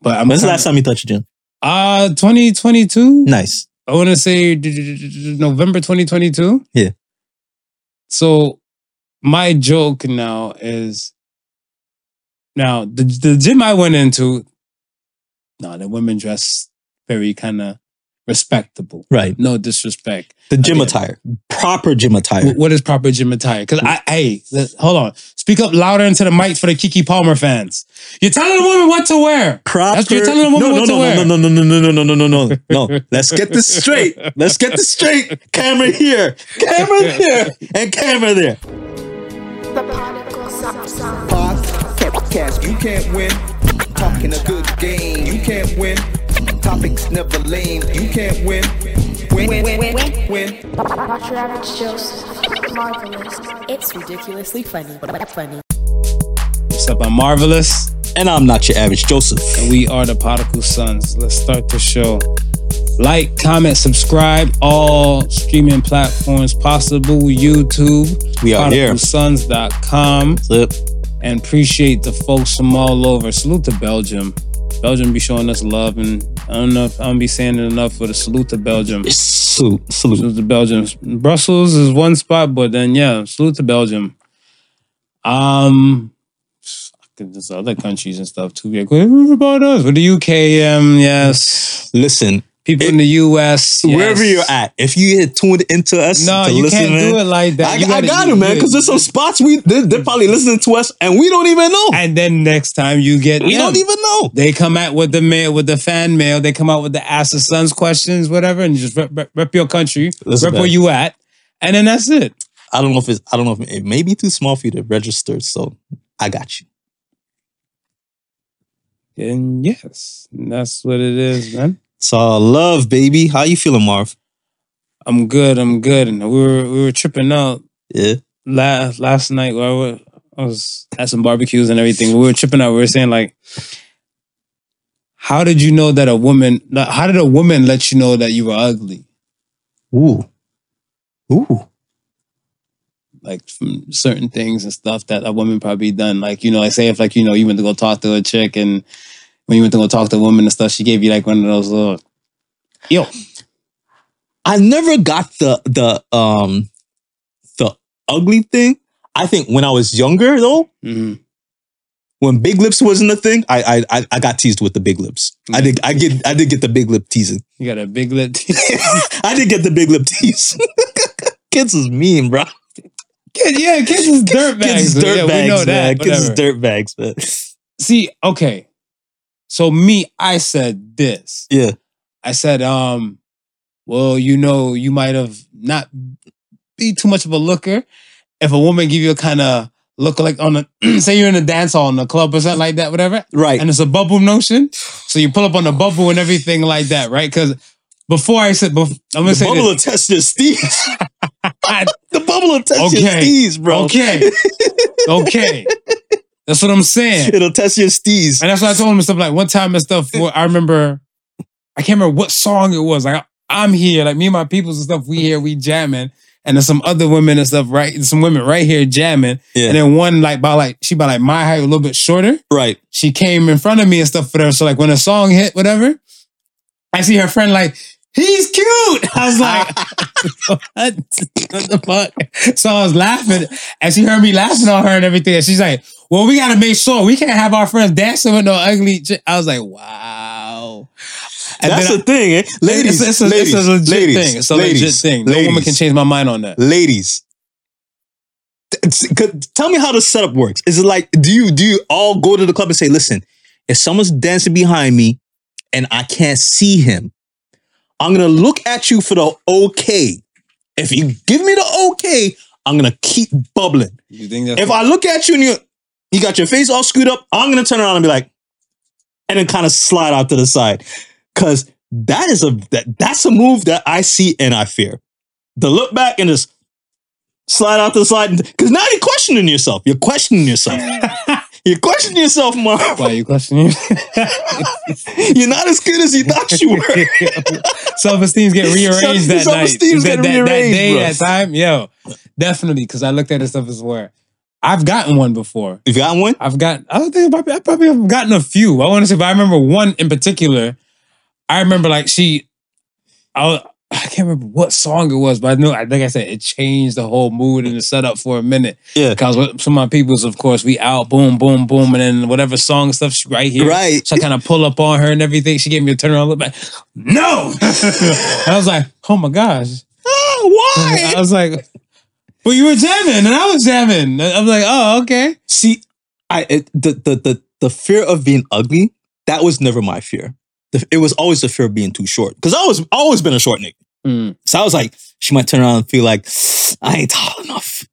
But I'm When's the kinda- last time you touched the gym? Uh 2022. Nice. I want to say d- d- d- d- November 2022. Yeah. So my joke now is now the the gym I went into, no, the women dress very kind of respectable. Right. No disrespect. The gym Yeah. attire. Proper gym attire. Wh- what is proper gym attire? Because I, hey, let- hold on. Speak up louder into the mic for the Kiki Palmer fans. You're telling the woman what to wear. Proper. what you're telling a woman no, what no, to no, wear. no, no, no, no, no, no, no, no, no, no, no. Let's get this straight. Let's get this straight. Camera here, camera there, and camera there. The particle substance. Boss, podcast, you can't win. Talking a good game, you can't win. Topics never lame, you can't win. Win, win, win, win, win. Watch your average Joe's. Marvelous. It's ridiculously funny, but funny. What's up? I'm Marvelous. And I'm not your average Joseph. and we are the Particle Sons. Let's start the show. Like, comment, subscribe, all streaming platforms possible, YouTube, We are here. ParticleSons.com, Flip. and appreciate the folks from all over. Salute to Belgium. Belgium be showing us love, and I don't know if I'm be saying it enough, but a salute to Belgium. Salute, salute. Salute to Belgium. Brussels is one spot, but then yeah, salute to Belgium. Um, fucking there's other countries and stuff too. Be Like, what about us? With the UK, um, yes. Listen, People in the US, yes. wherever you're at, if you had tuned into us, No, to you listen, can't man, do it like that. I, You I gotta- got you- it, man. you- Because there's some spots we they're, they're probably listening to us and we don't even know. And then next time you get, we don't them. even know. They come out with the mail, with the fan mail. They come out with the ask the sons questions, whatever, and you just rep, rep, rep your country, Listen, rep man. where you at, and then that's it. I don't know if it's I don't know if it may be too small for you to register. So I got you. And yes, that's what it is, man. So love, baby. How you feeling, Marv? I'm good. I'm good. And we were we were tripping out Yeah. last last night where I was, I was at some barbecues and everything. We were tripping out. We were saying like, how did you know that a woman? like, How did a woman let you know that you were ugly? Ooh. Ooh. Like from certain things and stuff that a woman probably done. Like you know, like say if like you know you went to go talk to a chick and when you went to go talk to a woman and stuff, she gave you like one of those little. Yo, I never got the the um the ugly thing. I think when I was younger though, Mhm. when big lips wasn't a thing, I I I- I got teased with the big lips. I did I get I did get the big lip teasing. you got a big lip. I did get the big lip tease. Kids is mean, bro. Kid, yeah, kids is dirt bags. Kids is dirt yeah, we know bags, man. that. Kids is whatever. dirt bags, man. see, okay. So me, I said this. Yeah. I said, um, well, you know, you might have not be too much of a looker if a woman give you a kind of look like on a say you're in a dance hall in a club or something like that, whatever, Right. and it's a bubble notion. So you pull up on the bubble and everything like that, right? Because before I said, bef- I'm gonna the say bubble this. will test your steez. the bubble will test your Okay. steez, bro. okay, okay, that's what I'm saying. It'll test your steez. And that's what I told him and stuff. Like one time and stuff, where I remember, I can't remember what song it was. Like I'm here, like me and my peoples and stuff. We here, we jamming, and there's some other women and stuff. Right, some women right here jamming, Yeah. and then one like by like she by like my height, a little bit shorter. Right. She came in front of me and stuff, whatever. So like when the song hit, whatever, I see her friend like. He's cute. I was like, what? what the fuck? So I was laughing, and she heard me laughing on her and everything. And she's like, well, we gotta make sure we can't have our friends dancing with no ugly. Ch-. I was like, wow. And That's then the thing, eh? I- Ladies, it's, it's a, ladies, it's a legit ladies, thing. It's a ladies, legit thing. Ladies, No woman can change my mind on that. Ladies. T- t- could- Tell me how the setup works. Is it like do you do you all go to the club and say, listen, if someone's dancing behind me and I can't see him, I'm gonna look at you for the okay. If you give me the okay, I'm gonna keep bubbling. You think that's If I look at you and you you got your face all screwed up, I'm gonna turn around and be like, and then kind of slide out to the side. Cause that is a that, that's a move that I see and I fear. The look back and just slide out to the side. Cause now you're questioning yourself. You're questioning yourself. you're questioning yourself, Marv. why you questioning? you're not as good as you thought you were. Self esteems get rearranged that night. self-esteems that, that- get that rearranged, day, bro. that time, yo, definitely. Because I looked at this stuff as where I've gotten one before. You got one? I've got. I don't think I probably, I probably have gotten a few. I want to say, but I remember one in particular. I remember like she, I I can't remember what song it was, but I know I think I said it changed the whole mood and the setup for a minute. Yeah. Because with some of my peoples, of course, we out, boom, boom, boom, and then whatever song stuff she right here. Right. So I kind of pull up on her and everything. She gave me a turnaround look back. No. I was like, oh my gosh. why? I was like, but you were jamming and I was jamming. I'm like, oh, okay. See, I it, the, the the the fear of being ugly that was never my fear. The- it was always the fear of being too short because I was always been a short nigga. Mm, So I was like, she might turn around and feel like I ain't tall enough,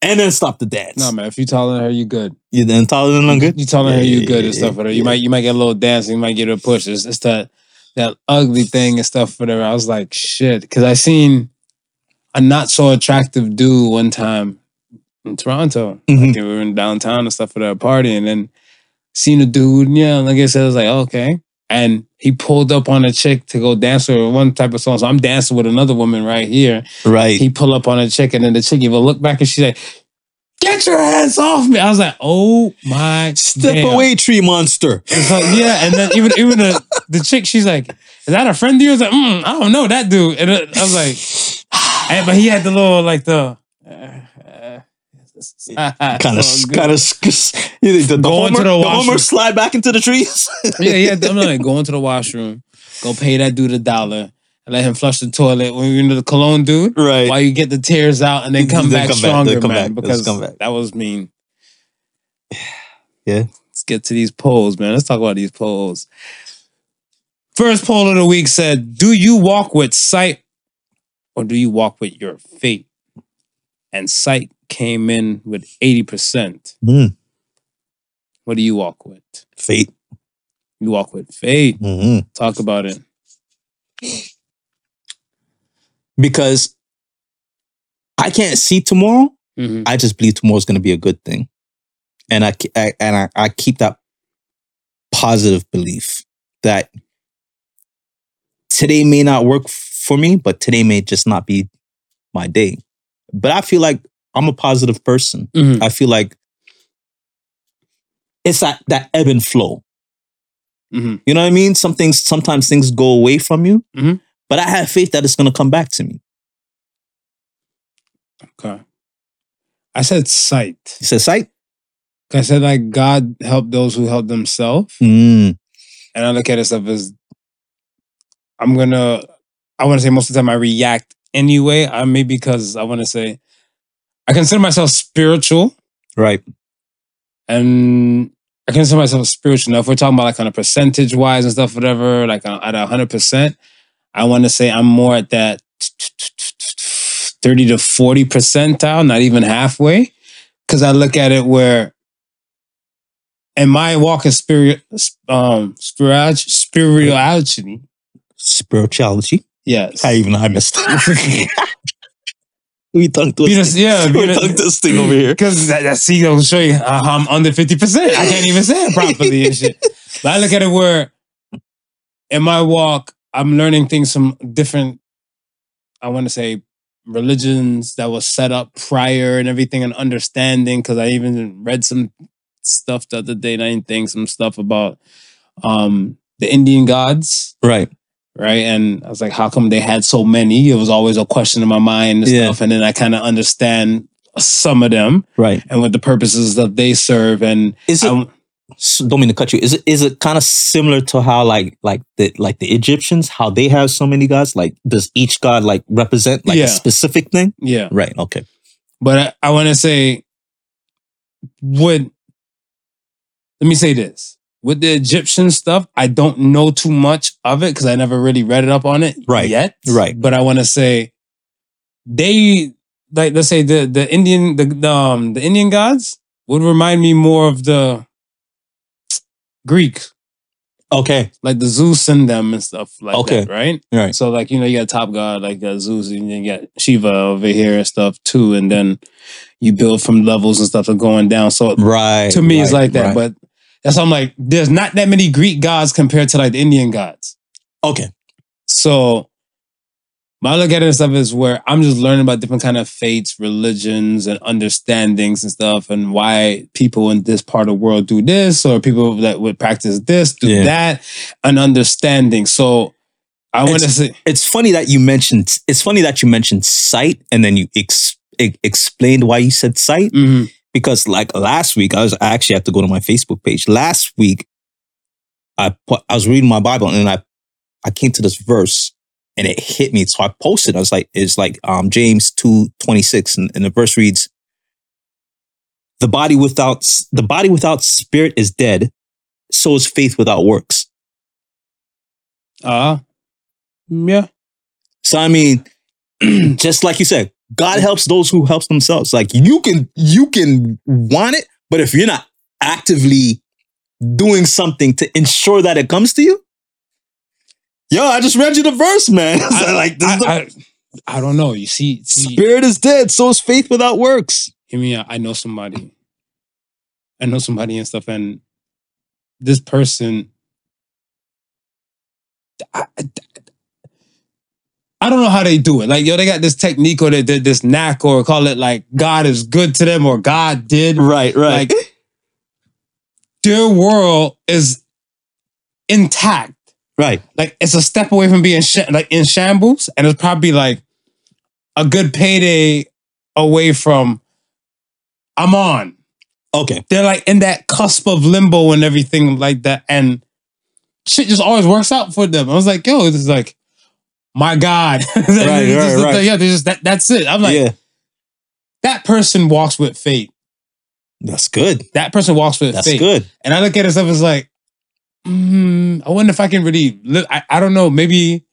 and then stop the dance. No man, if you taller than her, you good. You then taller than I'm good. You taller than her, Yeah, you yeah, good yeah, and stuff. yeah, Whatever. You yeah. might you might get a little dancing, you might get a push. It's, it's that that ugly thing and stuff. Whatever. I was like, shit, because I seen a not so attractive dude one time in Toronto. Mhm. Like, we were in downtown and stuff for that party, and then seen a dude. and, Yeah, like I said, I was like, oh, okay. And he pulled up on a chick to go dance with her, one type of song. So I'm dancing with another woman right here. Right. Mm-hmm. He pull up on a chick, and then the chick even look back and she's like, "Get your hands off me!" I was like, "Oh my!" Step damn." away, tree monster. It's like, yeah, and then even even the, the chick, she's like, "Is that a friend of yours?" I was like, mm, I don't know that dude, and uh, I was like, and- "But he had the little like the." Kind of, kind of, the, the Going to Homer, the the washroom. Homer slide back into the trees. yeah, yeah. I'm like, go into the washroom, go pay that dude a dollar, and let him flush the toilet. When you know the cologne dude, Right. While you get the tears out, and then come Then back come back, stronger, then come man. back, let's Because come back. that was mean. Yeah. Let's get to these polls, man. Let's talk about these polls. First poll of the week said, "Do you walk with sight, or do you walk with your fate?" And sight came in with eighty percent. Mm. What do you walk with? Fate. You walk with fate. hmm Talk about it. Because I can't see tomorrow. Mm-hmm. I just believe tomorrow's going to be a good thing, and I, ke- I and I, I keep that positive belief that today may not work for me, but today may just not be my day. But I feel like I'm a positive person. Mhm. I feel like it's that that ebb and flow. Mhm. You know what I mean? Some things sometimes things go away from you, Mhm. but I have faith that it's going to come back to me. Okay. I said sight. He says, "Sight." I said like God help those who help themselves. Mm, And I look at it stuff as I'm gonna I wanna say most of the time I react anyway. I may because I wanna say I consider myself spiritual right. and I consider myself spiritual. Now if we're talking about like kind of percentage wise and stuff, whatever, like uh, at hundred percent, I wanna say I'm more at that thirty to forty percentile, not even halfway. because I look at it where in my walk of spirit, um, spirit, spirituality, Spirituality. yes, I even I missed. we tongue Being a- twisting. yeah, we tongue twisting over here. Because that, that see, I'll show you how I'm under fifty percent. I can't even say it properly and shit. But I look at it where in my walk, I'm learning things from different. I want to say religions that was set up prior and everything and understanding because I even read some stuff the other day and I didn't think some stuff about um the Indian gods Right. right? And I was like, how come they had so many? It was always a question in my mind and Yeah. stuff. And then I kind of understand some of them Right. and what the purposes that they serve. And Is it? I- s- don't mean to cut you. Is it? Is it kind of similar to how like like the like the Egyptians how they have so many gods? Like does each god like represent like Yeah. a specific thing? yeah, Right. Okay. but I, I want to say, would let me say this with the Egyptian stuff, I don't know too much of it because I never really read it up on it Right. yet. Right. But I want to say they like let's say the the Indian the, the um the Indian gods would remind me more of the Greek, Okay. like the Zeus and them and stuff like Okay. that, right? Right. So like you know you got top god like uh, Zeus and you got Shiva over here and stuff too, and then you build from levels and stuff are going down. So Right. to me, it's right, like that. right. But that's why I'm like, there's not that many Greek gods compared to like the Indian gods. okay. So But I look at it as stuff as where I'm just learning about different kind of faiths, religions, and understandings and stuff, and why people in this part of the world do this, or people that would practice this do Yeah. that, and understanding. So I want to It's- say, It's funny that you mentioned. It's funny that you mentioned sight, and then you ex- e- explained why you said sight. Mhm. Because like last week, I was I actually have to go to my Facebook page. Last week, I put, I was reading my Bible, and I I came to this verse, and it hit me. So I posted. I was like, it's like um, James two twenty six, and, and the verse reads, "The body without s- the body without spirit is dead. So is faith without works." ah, yeah, So I mean, just like you said, God helps those who helps themselves. Like you can you can want it, but if you're not actively doing something to ensure that it comes to you, yo, I just read you the verse, man. So, like this I, is the I- I don't know. You see, see spirit is dead, so is faith without works. hear me out. I know somebody. I know somebody and stuff, and this person. I, I- I don't know how they do it. Like, yo, they got this technique or they did this knack or call it like God is good to them or God did. Right, right. Like, their world is intact. right. Like, it's a step away from being sh- like in shambles, and it's probably like a good payday away from I'm on Okay. they're like in that cusp of limbo and everything like that. And shit just always works out for them. I was like, yo, this is like, my God. right, Just like, right. Yeah, they just that, that's it. I'm like, yeah. that person walks with faith. That's good. That person walks with That's faith. good. And I look at it stuff as like, mm, I wonder if I can really live. I, I don't know. Maybe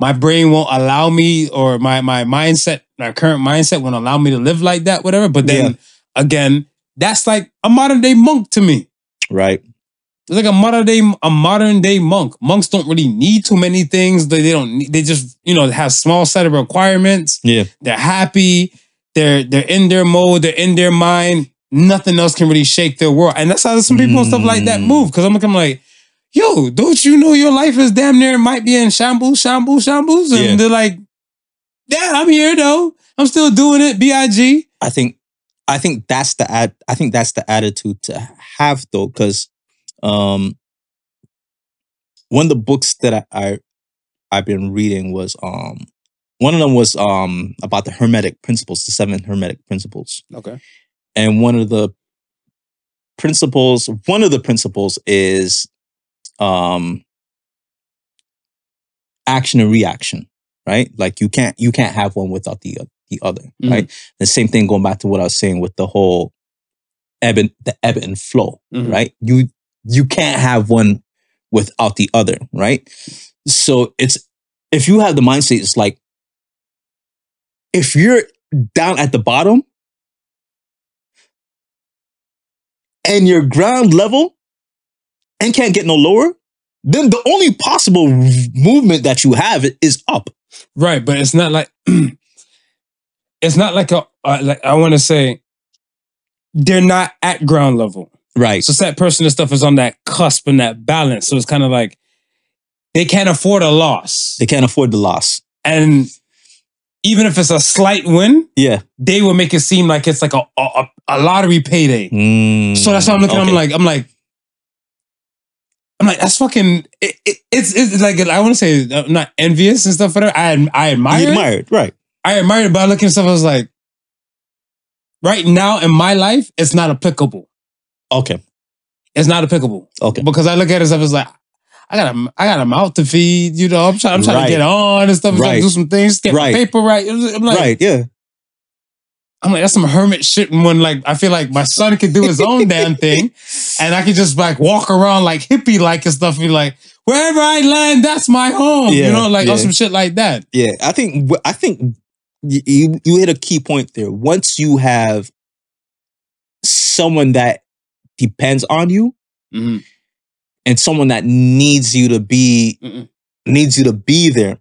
my brain won't allow me or my my mindset, my current mindset won't allow me to live like that, whatever. But then again, that's like a modern day monk to me. Right. It's like a modern day, a modern day monk. Monks don't really need too many things. They, they don't. Need, they just you know have small set of requirements. Yeah. They're happy. They're they're in their mode. They're in their mind. Nothing else can really shake their world. And that's how some people and stuff like that Mm. move. Because I'm looking like, yo, don't you know your life is damn near might be in shambles, shambles, shambles? And Yeah. they're like, yeah, I'm here though. I'm still doing it. Big. I think I think that's the ad, I think that's the attitude to have though, because um, one of the books that I, I I've been reading was um one of them was um about the Hermetic principles, the seven Hermetic principles, Okay. and one of the principles, one of the principles is um action and reaction, right? Like you can't you can't have one without the oth- the other, Mhm. right? The same thing going back to what I was saying with the whole ebb and the ebb and flow, Mhm. right? You you can't have one without the other, right? So it's if you have the mindset, it's like if you're down at the bottom and you're ground level and can't get no lower, then the only possible movement that you have is up. Right, but it's not like it's not like a uh, like I want to say they're not at ground level. Right. So that person and stuff is on that cusp and that balance. So it's kind of like they can't afford a loss, they can't afford the loss. and even if it's a slight win, Yeah. they will make it seem like it's like a a, a lottery payday. So that's why I'm looking. Mm, Okay. I'm like, I'm like, I'm like, that's fucking. It, it, it's it's like I want to say I'm not envious and stuff. Whatever. I ad- I admire. you it. admire it. Right. I admired it, but I look at stuff. I was like, right now in my life, it's not applicable. Okay. It's not applicable Okay. because I look at it stuff as like, I got a, I got a mouth to feed. You know, I'm trying, I'm trying Right. to get on and stuff. I'm trying Right. to do some things, get Right. my paper right. I'm like, right. Yeah. I'm like, that's some hermit shit. When like, I feel like my son could do his own damn thing, and I could just like walk around like hippie like and stuff. Be like, wherever I land, that's my home. Yeah, you know, like yeah. or some shit like that. Yeah. I think. I think you, you you hit a key point there. Once you have someone that depends on you Mm-hmm. and someone that needs you to be Mm-mm. needs you to be there.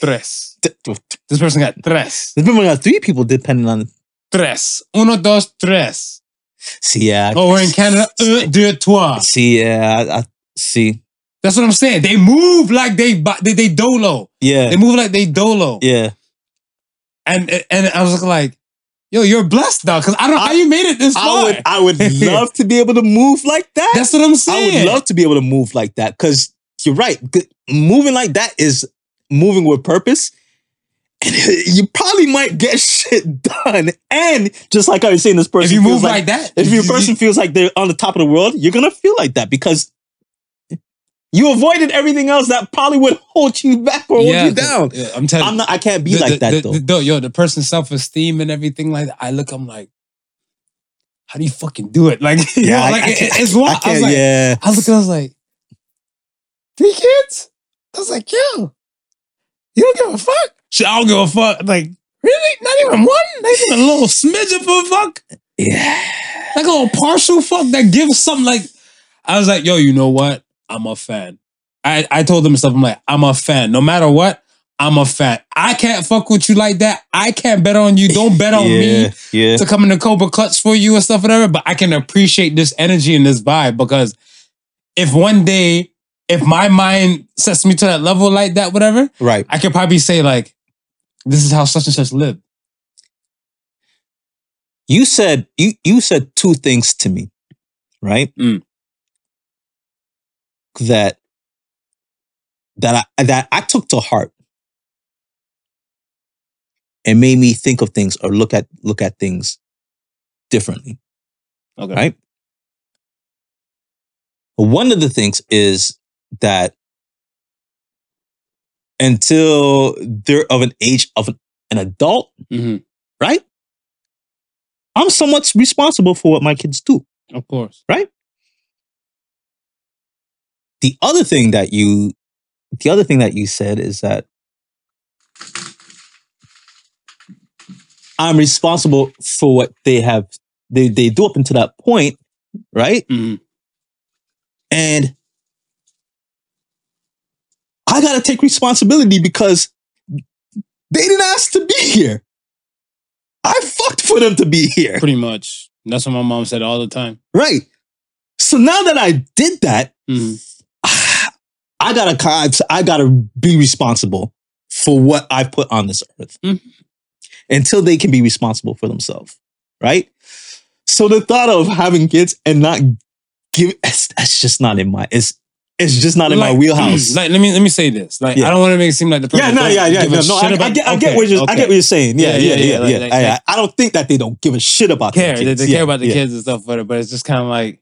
Tres. Th- th- This person got tres. Remember, we got three people depending on. tres. Uno, dos, tres. See, yeah. Oh, we're in Canada. Un, deux, uh, trois. See, yeah. I, I see. That's what I'm saying. They move like they bo- they, they dolo. Yeah. They move like they dolo. Yeah. And and I was like, yo, you're blessed now because I don't know how you made it this I far. would I would love to be able to move like that. That's what I'm I saying. would love to be able to move like that because you're right. G- Moving like that is moving with purpose. And you probably might get shit done. And just like I was saying, this person if you move feels like, that, if your you- person feels like they're on the top of the world, you're gonna feel like that because you avoided everything else that probably would hold you back or hold yeah, you down. yeah, I'm telling you, I'm not. I can't be the- like the- that the- though. the- though, yo, the person's self esteem and everything like that. I look, I'm like, how do you fucking do it? Like, yeah, I- like I it- can't- it's wild. I I, can't. was like, yeah. I look, I was like, three kids. I was like, yo, you don't give a fuck. Shit, I don't give a fuck. Like, really? Not even one? Not even a little smidge of a fuck? Yeah. Like a little partial fuck that gives something like I was like, yo, you know what? I'm a fan. I, I told them stuff. I'm like, I'm a fan. No matter what, I'm a fan. I can't fuck with you like that. I can't bet on you. Don't bet on yeah. me to come in the Cobra clutch for you and stuff, whatever. But I can appreciate this energy and this vibe because if one day, if my mind sets me to that level like that, whatever, Right. I could probably say, like, this is how such and such live. You said you you said two things to me, right? Mm. That that I that I took to heart and made me think of things or look at look at things differently. Okay. Right. one of the things is that until they're of an age of an, an adult, Mhm. right? I'm somewhat responsible for what my kids do. Of course. The other thing that you the other thing that you said is that I'm responsible for what they have they, they do up until that point, right? Mhm. And I got to take responsibility because they didn't ask to be here. I fucked for them to be here. Pretty much. That's what my mom said all the time. Right. So now that I did that, Mhm. I gotta kind I gotta be responsible for what I've put on this earth Mhm. until they can be responsible for themselves, right? So the thought of having kids and not give that's, that's just not in my it's it's just not in my Like, mm, mm-hmm. wheelhouse. Like, let me let me say this. Like, Yeah. I don't want to make it seem like the person. yeah, no, doesn't yeah, yeah, give a no, no. shit I, I about- get, I Okay, get what you're, I okay. get what you're saying. Yeah, yeah, yeah, yeah. like- like- I, I- I don't think that they don't give a shit about care. their They, kids. they Yeah, care about the yeah. kids and stuff, but but it's just kind of like,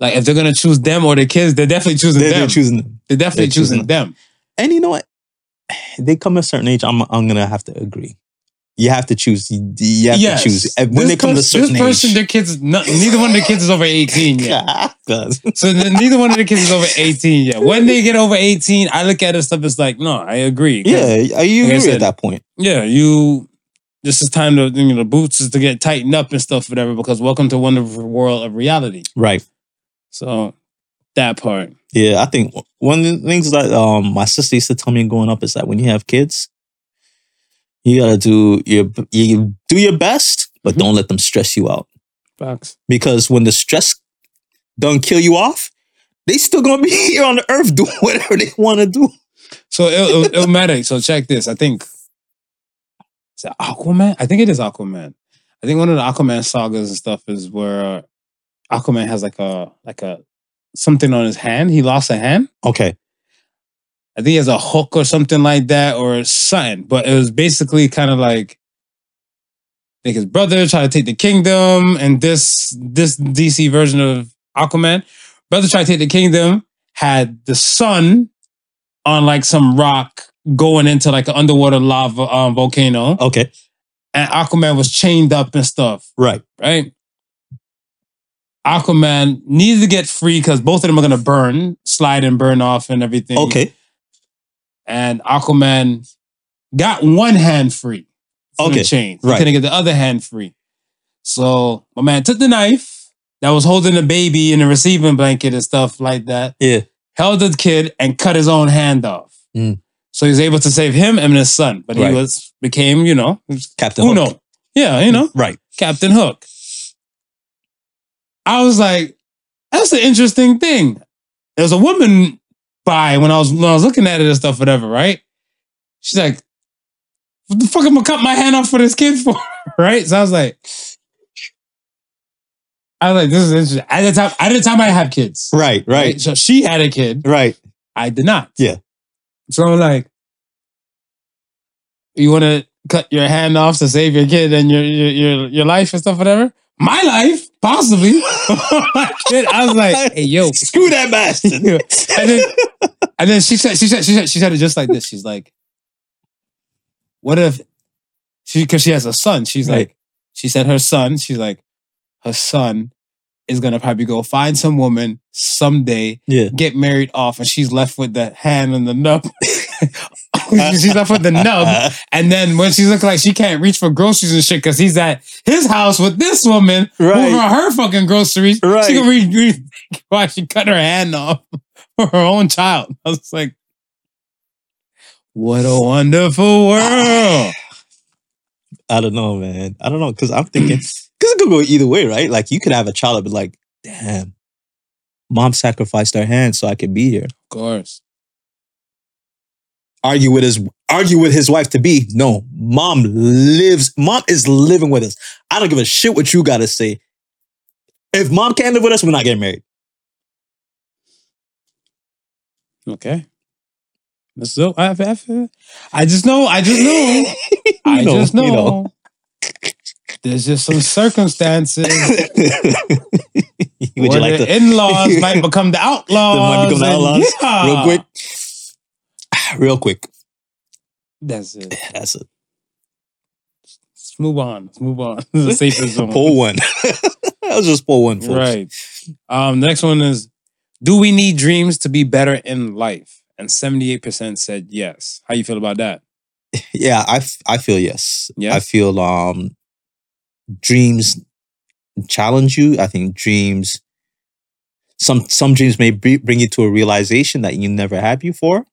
like if they're gonna choose them or the kids, they're definitely choosing They're, them. they're choosing them. they're definitely they're choosing choosing them. And you know what? They come a certain age. I'm I'm gonna have to agree. You have to choose. You, you have Yes. to choose And when This they come to a pers- certain This person, age. their kids, is not, neither one of the kids is over eighteen yet. God. So then neither one of the kids is over eighteen yet. When they get over eighteen, I look at it stuff. It's like, no, I agree. 'Cause Yeah, are you Like I agree said, at that point? yeah, you. This is time to you know the boots is to get tightened up and stuff, whatever. Because welcome to wonderful world of reality. Right. So that part, Yeah, I think one of the things that um my sister used to tell me growing up is that when you have kids, you gotta do your you do your best, Mm-hmm. but don't let them stress you out. facts. Because when the stress don't kill you off, they still gonna be here on the earth doing whatever they wanna do. So it'll, it'll, it'll matter. So check this. I think is it Aquaman. I think it is Aquaman. I think one of the Aquaman sagas and stuff is where Aquaman has like a like a something on his hand. He lost a hand. Okay. I think he has a hook or something like that or something. But it was basically kind of like I think his brother tried to take the kingdom, and this this DC version of Aquaman, brother tried to take the kingdom, had the sun on like some rock going into like an underwater lava um, volcano, Okay. and Aquaman was chained up and stuff Right. right? Aquaman needs to get free because both of them are gonna burn, slide and burn off and everything. Okay. And Aquaman got one hand free from Okay, the chain. right. He couldn't get the other hand free. So my man took the knife that was holding the baby in the receiving blanket and stuff like that. Yeah. Held the kid and cut his own hand off. Mm. So he was able to save him and his son. But Right. he was became, you know, Captain Uno. Hook. Yeah, you know. Right. Captain Hook. I was like, that's an interesting thing. there was a woman by when I was when I was looking at it and stuff, whatever, right? She's like, What the fuck am I cut my hand off for this kid for? right? So I was like, I was like, this is interesting. At the time, at the time I didn't have kids. Right, right, So she had a kid. right. I did not. Yeah. So I'm like, you want to cut your hand off to save your kid and your your your, your life and stuff, whatever. My life, possibly. My kid. I was like, hey yo. Screw that bastard. and then and then she said she said she said she said it just like this. She's like, what if she because she has a son. She's Right. like, she said her son. She's like, her son is gonna probably go find some woman someday yeah. get married off, and she's left with the hand and the nub. she's left with the nub, and then when she's looking like she can't reach for groceries and shit because he's at his house with this woman Right. over her fucking groceries, Right. she can re- re- why she cut her hand off for her own child. I was like, what a wonderful world. I don't know, man. I don't know because I'm thinking because it could go either way, right? Like you could have a child, but like, damn, mom sacrificed her hand so I could be here. of course, Argue with his argue with his wife to be no. Mom lives. Mom is living with us. I don't give a shit what you gotta say. If mom can't live with us, we're not getting married. okay. That's so. I, I, I just know. I just know. You I just know, you there's just some circumstances Would where you like the to in-laws might become the outlaws. become the and- outlaws. Yeah. real quick? Real quick. That's it. That's it. Let's move on. Let's move on. This is the safest zone. Pull one. that was just pull one, folks. Right. Um, the next one is: Do we need dreams to be better in life? And seventy-eight percent said yes. How you feel about that? yeah I, f- I feel yes Yeah? i feel um dreams challenge you i think dreams some some dreams may br- bring you to a realization that you never had before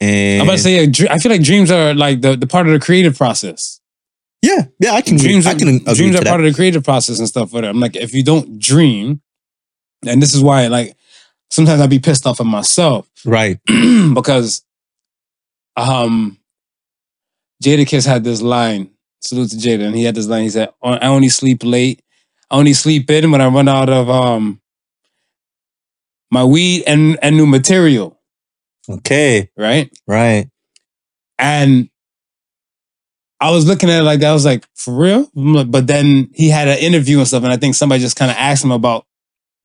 and I'm about to say. yeah, dr- I feel like dreams are like the, the part of the creative process. yeah yeah i can dreams dreams are, i can agree dreams to are that. part of the creative process and stuff. Whatever. I'm like, if you don't dream, and this is why, like, sometimes I'd be pissed off at myself right because, um, Jada Kiss had this line. Salute to Jada, and he had this line. He said, "Oh, "I only sleep late. I only sleep in when I run out of um my weed and and new material." okay Right. right And I was looking at it like that. I was like, for real? I'm like- But then he had an interview and stuff. And I think somebody just kind of asked him about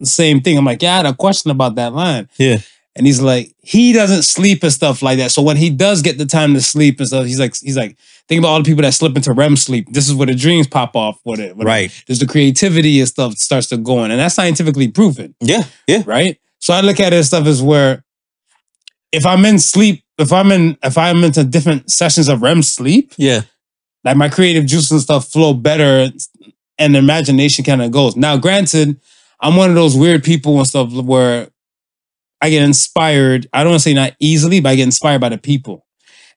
the same thing. I'm like, yeah, I had a question about that line. Yeah. And he's like, he doesn't sleep and stuff like that. So when he does get the time to sleep and stuff, he's like, he's like, think about all the people that slip into REM sleep. This is where the dreams pop off. What it, what it- right There's the creativity and stuff starts to go in. And that's scientifically proven yeah yeah right? So I look at it as stuff as where if I'm in sleep, if I'm in if I'm into different sessions of REM sleep, yeah like my creative juice and stuff flow better and imagination kind of goes. Now, granted, I'm one of those weird people and stuff where I get inspired. I don't want to say not easily, but I get inspired by the people.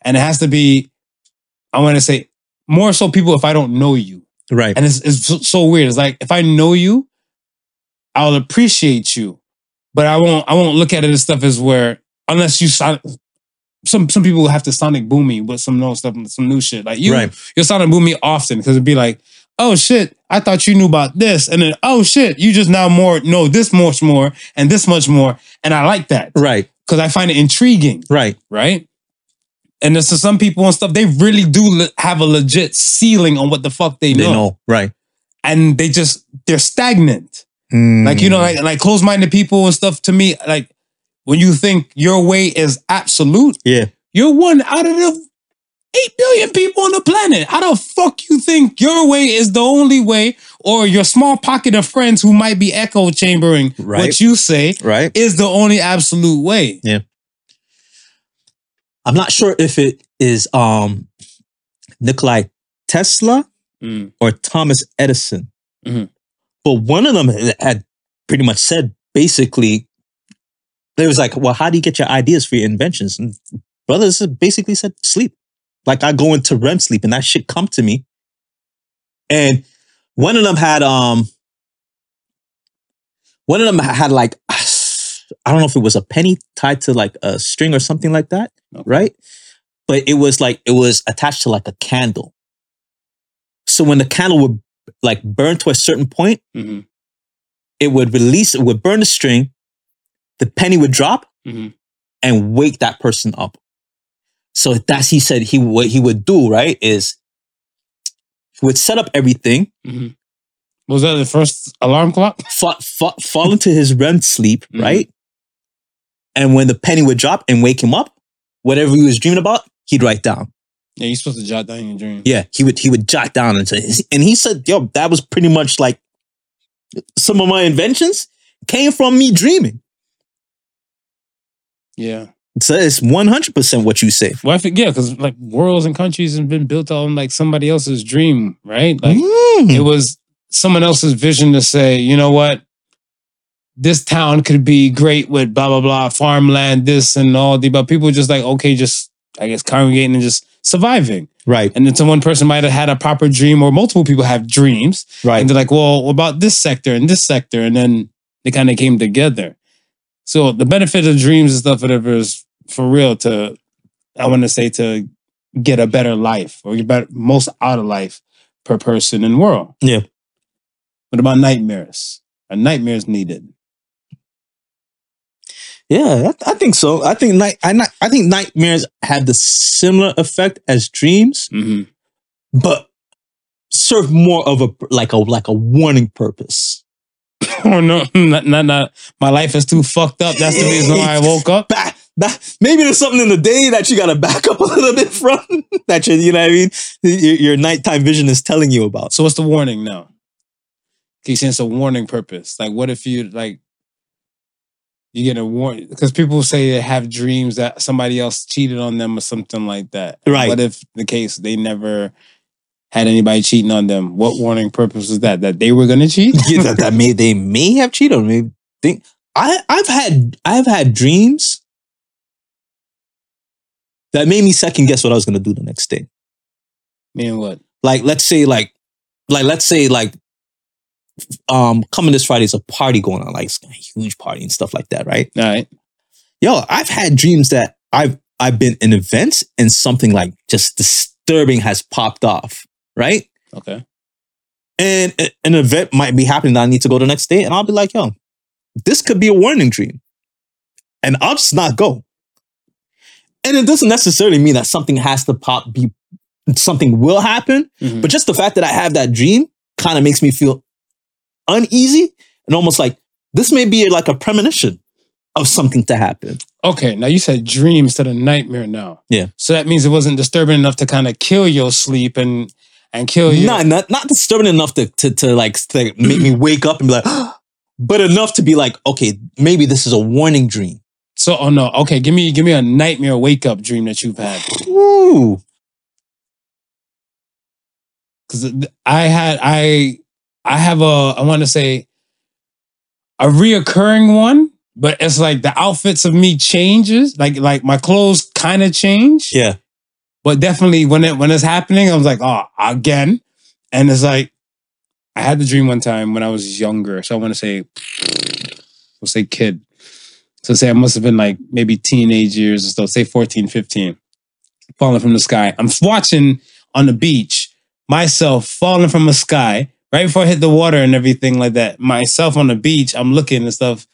And it has to be, I want to say, more so people if I don't know you. right And it's, it's so- so weird. It's like if I know you, I'll appreciate you, but I won't. I won't look at it as stuff as where unless you son- some some people have to sonic boom me with some new stuff, some new shit. Like you, Right. you'll sonic boom me often because it'd be like, oh shit, I thought you knew about this, and then oh shit, you just now more know this much more and this much more, and I like that right because I find it intriguing right right? And then so some people and stuff, they really do le- have a legit ceiling on what the fuck they they know. know right And they just, they're stagnant. Like, Mm. you know, like, like close minded people and stuff to me, like when you think your way is absolute, yeah you're one out of the 8 billion people on the planet. How the fuck you think your way is the only way or your small pocket of friends who might be echo chambering Right. what you say right is the only absolute way? i'm not sure if it is um nikolai tesla Mm. or Thomas Edison. Mhm. But one of them had- had pretty much said basically, they was like, well, how do you get your ideas for your inventions? And brothers basically said, sleep. Like I go into REM sleep and that shit come to me. And one of them had um one of them had like I don't know if it was a penny tied to like a string or something like that, right? But it was like it was attached to like a candle. So when the candle would like burn to a certain point, Mhm. it would release, it would burn the string, the penny would drop Mhm. and wake that person up. So that's he said he what he would do, right? Is he would set up everything, Was that the first alarm clock? fa- fa- fall into his REM sleep, Mhm. right? And when the penny would drop and wake him up, whatever he was dreaming about, he'd write down. Yeah, you're supposed to jot down your dream. Yeah, he would he would jot down and say, and he said, "Yo, that was pretty much like some of my inventions came from me dreaming." Yeah. So it's one hundred percent what you say. Well, I think, yeah, because like worlds and countries have been built on like somebody else's dream, right? Like Mm. it was someone else's vision to say, you know what? This town could be great with blah blah blah farmland, this and all the but people just like, okay, just I guess congregating and just surviving. right, And then some one person might have had a proper dream or multiple people have dreams. right, And they're like, well, what about this sector and this sector? And then they kind of came together. So the benefit of dreams and stuff, whatever, is for real to, I want to say, to get a better life or get better, most out of life per person in the world. Yeah. What about nightmares? Are nightmares needed? yeah. I, I think so. I think night. I, not- I think nightmares had the similar effect as dreams, Mm-hmm. but serve more of a like a like a warning purpose. or Oh, no, not, not, not, my life is too fucked up. That's the reason why I woke up. back, back. Maybe there's something in the day that you got to back up a little bit from that you, you know what I mean. Your, your nighttime vision is telling you about. So what's the warning now? He's saying it's a warning purpose. Like, what if you like you get a warning? Because people say they have dreams that somebody else cheated on them or something like that. Right. What if the case they never had anybody cheating on them? What warning purpose is that? That they were gonna cheat? Yeah, that, that may they may have cheated on me. Think I I've had I've had dreams that made me second guess what I was gonna do the next day. Meaning what? Like let's say like like let's say like um coming this Friday is a party going on like it's a huge party and stuff like that, right? All right. yo, I've had dreams that I've I've been in events and something like just disturbing has popped off, right? Okay. And a- an event might be happening that I need to go the next day, and I'll be like, yo, this could be a warning dream, and I'll just not go. And it doesn't necessarily mean that something has to pop, be something will happen, Mhm. but just the fact that I have that dream kind of makes me feel uneasy and almost like this may be like a premonition of something to happen. Okay, now you said dream instead of nightmare now. Yeah. So that means it wasn't disturbing enough to kind of kill your sleep and and kill you. Not, not not disturbing enough to to, to like to make me wake up and be like, but enough to be like, okay, maybe this is a warning dream. So, oh no, okay, give me give me a nightmare wake up dream that you've had Ooh, because I had I I have a I want to say a reoccurring one, but it's like the outfits of me changes, like like my clothes kind of change, yeah, but definitely when it when it's happening, I was like, oh, again, and it's like I had the dream one time when I was younger, so I want to say we'll say kid. So say I must have been like maybe teenage years or so, say 14, 15, falling from the sky. I'm watching on the beach myself falling from the sky right before I hit the water and everything like that. Myself on the beach, I'm looking and stuff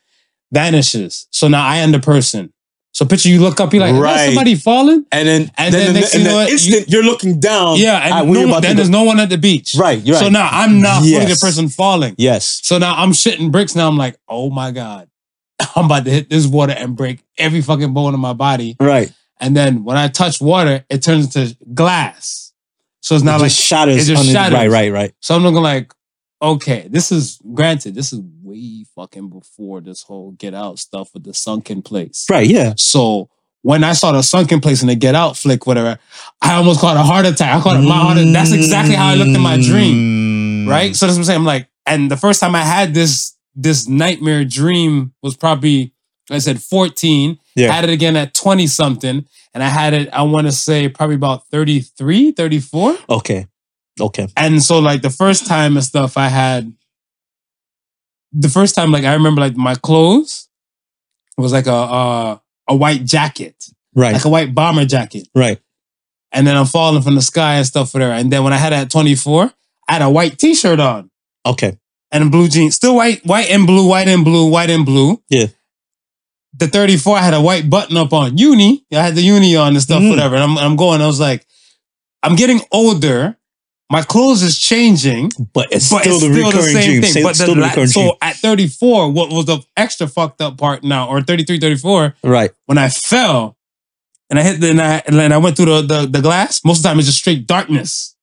vanishes. So now I am the person. So picture you look up, you're like, right. Right. somebody falling? and then And then next thing you know what, instant you, are looking down. Yeah, and we no were one, to then go- there's no one at the beach. right. You're right. So now I'm not fully the Yes. person falling. yes, So now I'm shitting bricks. Now I'm like, oh my God, I'm about to hit this water and break every fucking bone in my body. right. And then when I touch water, it turns into glass. So it's It not like, just shatters. it just under- shatters. Right, right, right. so I'm looking like, okay, this is granted, this is way fucking before this whole get out stuff with the sunken place. Right. Yeah. So when I saw the sunken place and the get out flick, whatever, I almost caught a heart attack. I caught my heart. That's exactly how I looked in my dream dream. right? So that's what I'm saying. I'm like, and the first time I had this this nightmare dream was probably like I said 14. Yeah. Had it again at 20 something, and I had it. I want to say probably about 33, 34. Okay. Okay. And so like the first time and stuff, I had the first time like I remember like my clothes. It was like a uh, a white jacket, Right. like a white bomber jacket. Right. And then I'm falling from the sky and stuff for her. And then when I had it at 24, I had a white T-shirt on Okay. and blue jeans, still white, white and blue, white and blue, white and blue. Yeah. The 34, I had a white button up on uni. I had the uni on and stuff, Mm. whatever. And I'm, I'm going. I was like, I'm getting older. My clothes is changing But it's still the recurring dream. Say- but the Still the la- recurring so dream. at 34, what was the extra fucked up part now, or 33, 34, Right. when I fell and I hit the, and I, and then I went through the, the, the glass, most of the time it's just straight darkness,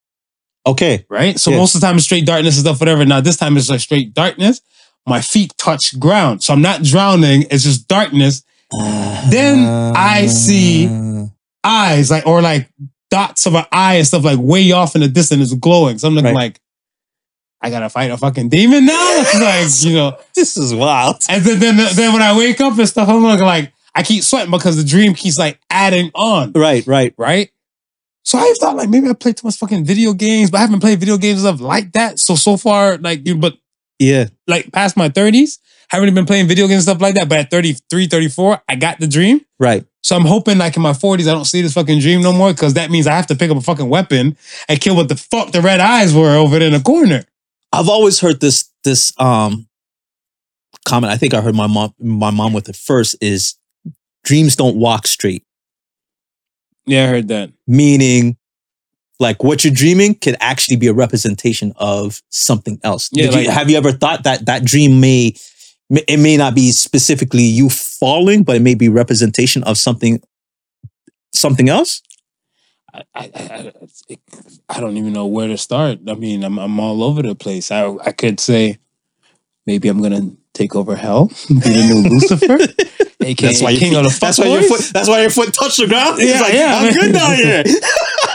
Okay. right? So Yeah. most of the time it's straight darkness and stuff, whatever. Now this time it's like straight darkness. My feet touch ground. So I'm not drowning. It's just darkness. Then I see Uh, eyes, like, or like dots of an eye and stuff, like way off in the distance, it's glowing. So I'm looking Right. like, I gotta fight a fucking demon now? It's like, you know. This is wild. And then, then then when I wake up and stuff, I'm like, like I keep sweating because the dream keeps like adding on, Right. Right. right? So I thought like maybe I played too much fucking video games, but I haven't played video games and stuff like that. So so far, like you but Yeah. like past my 30s, haven't really been playing video games and stuff like that. But at 33, 34, I got the dream. Right. So I'm hoping like in my 40s, I don't see this fucking dream no more, because that means I have to pick up a fucking weapon and kill what the fuck the red eyes were over there in the corner. I've always heard this this um comment. I think I heard my mom my mom with it first is dreams don't walk straight, Yeah, I heard that. meaning like what you're dreaming could actually be a representation of something else. Yeah, Did you- like- have you ever thought that that dream may it may not be specifically you falling, but it may be representation of something something else? I, I, I, it, I don't even know where to start. I mean, I'm I'm all over the place. I I could say maybe I'm gonna take over hell, be the new Lucifer, aka That's why, your king feet, of the fuck that's why your boys. foot that's why your foot touched the ground. It's Yeah, like, yeah, I'm man. good down here.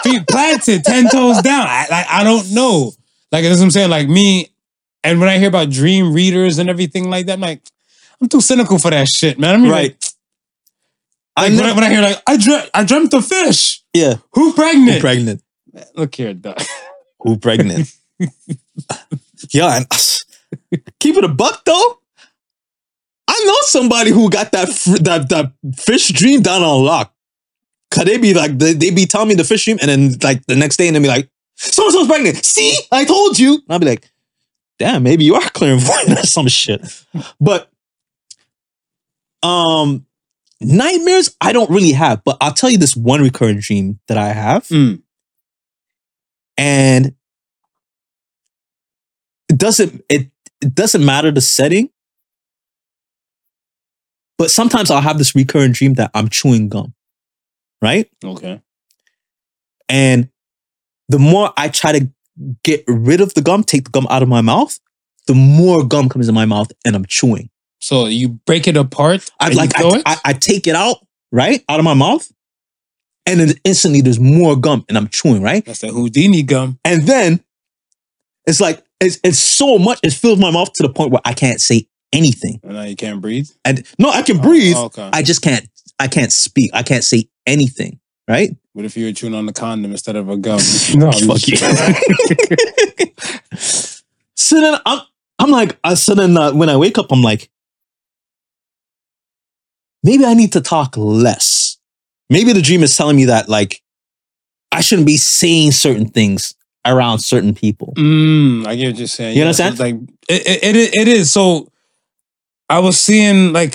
feet planted, ten toes down. I like I don't know. Like that's what I'm saying. Like me, and when I hear about dream readers and everything like that, I'm like I'm too cynical for that shit, man. I mean, right. Like, I like, when, I, never- when I hear like I dreamt I dreamt of fish. yeah. Who pregnant? Pregnant. Look here, dog. who pregnant. yeah, and keep it a buck though. I know somebody who got that fr- that that fish dream down on lock. Cause they be like they, they be telling me the fish dream, and then like the next day, and they be like, "So and so's pregnant." See, I told you. And I'll be like, "Damn, maybe you are clairvoyant or some shit." But um, nightmares I don't really have, but I'll tell you this one recurrent dream that I have Mm. and it doesn't it, it doesn't matter the setting but sometimes i'll have this recurring dream that i'm chewing gum right Okay. and the more i try to get rid of the gum take the gum out of my mouth the more gum comes in my mouth and i'm chewing So you break it apart. i and you like throw I, it? I, I take it out right out of my mouth and then instantly there's more gum and i'm chewing right That's a Houdini gum. And then it's like it's it's so much it fills my mouth to the point where I can't say anything. And now you can't breathe. And no, I can breathe. Oh, okay. I just can't I can't speak. I can't say anything, right? what if you were chewing on the condom instead of a gum? no, Fuck you. so then I'm I'm like uh, so then uh, when I wake up I'm like maybe I need to talk less. Maybe the dream is telling me that like I shouldn't be saying certain things around certain people. Mm, I get what you're saying. You Yeah, understand? so Like it, it, it, it is. So I was seeing like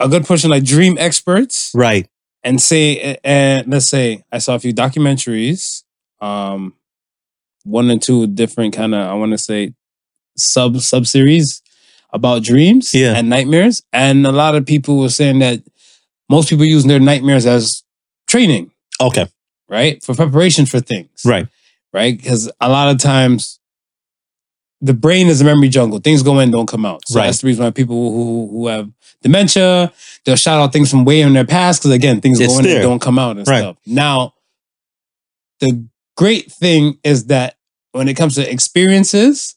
a good portion like dream experts Right. and say, and let's say I saw a few documentaries, um, one and two different kind of I want to say sub sub series about dreams Yeah. and nightmares, and a lot of people were saying that most people using their nightmares as training, Okay. right, for preparation for things, Right. right? Because a lot of times the brain is a memory jungle. Things go in, don't come out. So Right. that's the reason why people who who have dementia, they'll shout out things from way in their past because again, things It's go in there. and don't come out and Right. stuff. Now, the great thing is that when it comes to experiences,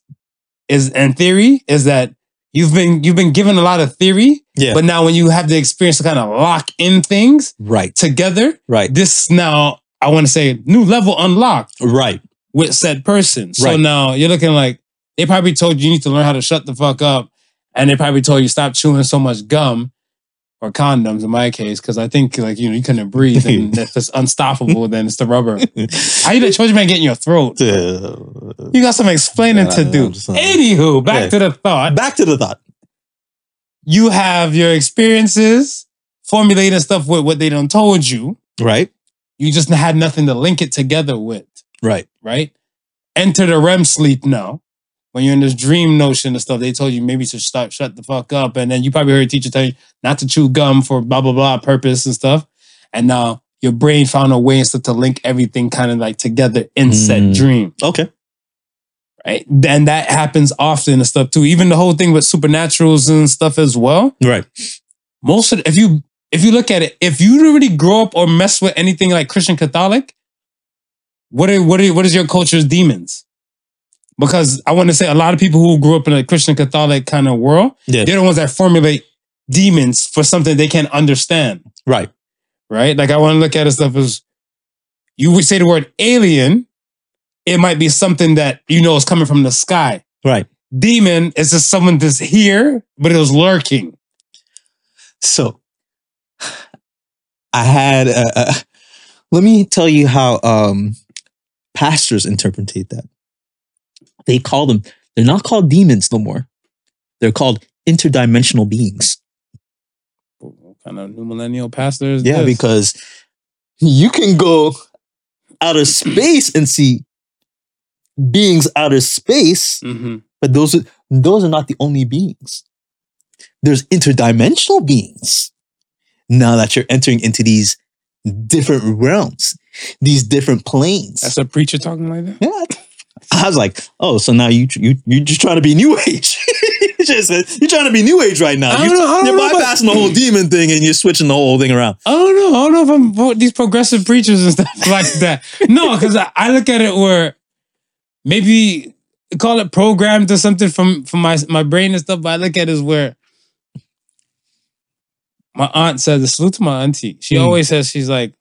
is and theory is that you've been you've been given a lot of theory, Yeah. but now when you have the experience to kind of lock in things Right. together, Right. this now I want to say new level unlocked Right. with said person. So Right. now you're looking like they probably told you you need to learn how to shut the fuck up, and they probably told you stop chewing so much gum, or condoms in my case, because I think like you know you couldn't breathe, and if it's unstoppable, then it's the rubber. How you let children man get in your throat? Uh, You got some explaining Yeah, to I'm do. just saying. Anywho, back Yeah. to the thought. Back to the thought. You have your experiences formulating stuff with what they done told you. Right? You just had nothing to link it together with, Right. right? Enter the REM sleep now. When you're in this dream notion and stuff, they told you maybe to start shut the fuck up, and then you probably heard a teacher tell you not to chew gum for blah blah blah purpose and stuff. And now your brain found a way and stuff to link everything kind of like together in said Mm. dream. Okay. right? And that happens often and stuff too. Even the whole thing with supernaturals and stuff as well. Right. Most of if you if you look at it, if you really grow up or mess with anything like Christian Catholic, what are what are what is your culture's demons? Because I want to say a lot of people who grew up in a Christian Catholic kind of world, Yeah. they're the ones that formulate demons for something they can't understand Right. right? Like I want to look at it stuff as you would say the word alien, it might be something that you know is coming from the sky. Right. Demon is just someone that's here, but it was lurking. So I had uh, uh, let me tell you how um pastors interpretate that. They call them they're not called demons no more. They're called interdimensional beings. What kind of new millennial pastors? Yeah, because you can go out of space and see beings out of space, Mhm. but those are, those are not the only beings. There's interdimensional beings. Now that you're entering into these different realms, these different planes. that's a preacher talking like that. yeah. I was like, oh, so now you you you just trying to be new age. you just, you're trying to be new age right now. I don't You, know, I don't you're know about- bypassing the whole demon thing and you're switching the whole thing around. I don't know. I don't know if I'm for these progressive preachers and stuff like that. No, because I, I look at it where maybe call it programmed or something from from my my brain and stuff. But I look at it as where my aunt says. This salute to my auntie. She Mm. always says she's like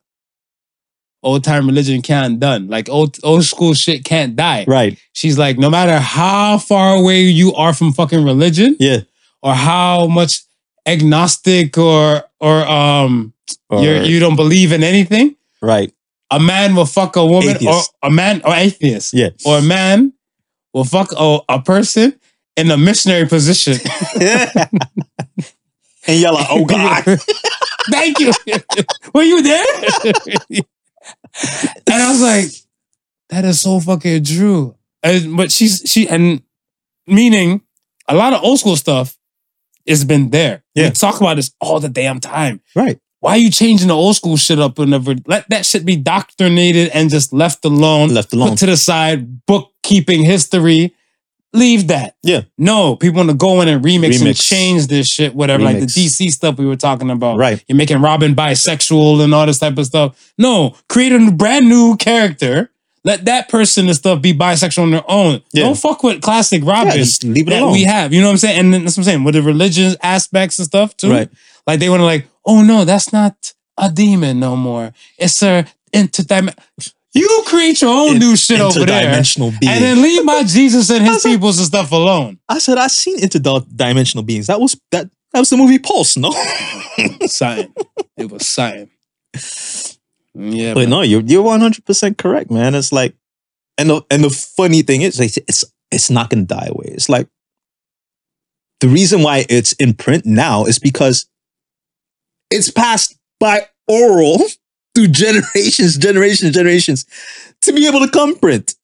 old time religion can't done. Like old old school shit can't die. Right. She's like no matter how far away you are from fucking religion Yeah. or how much agnostic or or um you're, you don't believe in anything. right. A man will fuck a woman Atheist. or a man or atheist. Yeah. Or a man will fuck a, a person in a missionary position. and yell out, oh God. Thank you. Were you there? and I was like, that is so fucking true. And, but she's she and meaning a lot of old school stuff has been there. Yeah. We talk about this all the damn time. Right. why you changing the old school shit up whenever let that shit be doctrinated and just left alone, Left alone. put to the side, bookkeeping history. Leave that. Yeah. No, people want to go in and remix, and Remix. change this shit, whatever. Like the Remix. DC stuff we were talking about. Right. You're making Robin bisexual and all this type of stuff. No, create a brand new character. Let that person and stuff be bisexual on their own. Yeah. Don't fuck with classic Robin Yeah, just leave it that alone. we have. You know what I'm saying? And then that's what I'm saying with the religious aspects and stuff too. Right. Like they want to like, oh no, that's not a demon no more. It's a interdimension. You create your own In- new shit over there, Interdimensional being. and then leave my Jesus and his That's a- peoples and stuff alone. I said I seen interdimensional beings. That was that that was the movie Pulse, no? Sign. It was sign. Yeah. but man. no, you're you're one hundred percent correct, man. It's like and the and the funny thing is like, it's it's not gonna die away. It's like the reason why it's in print now is because it's passed by oral through generations, generations, generations to be able to come print.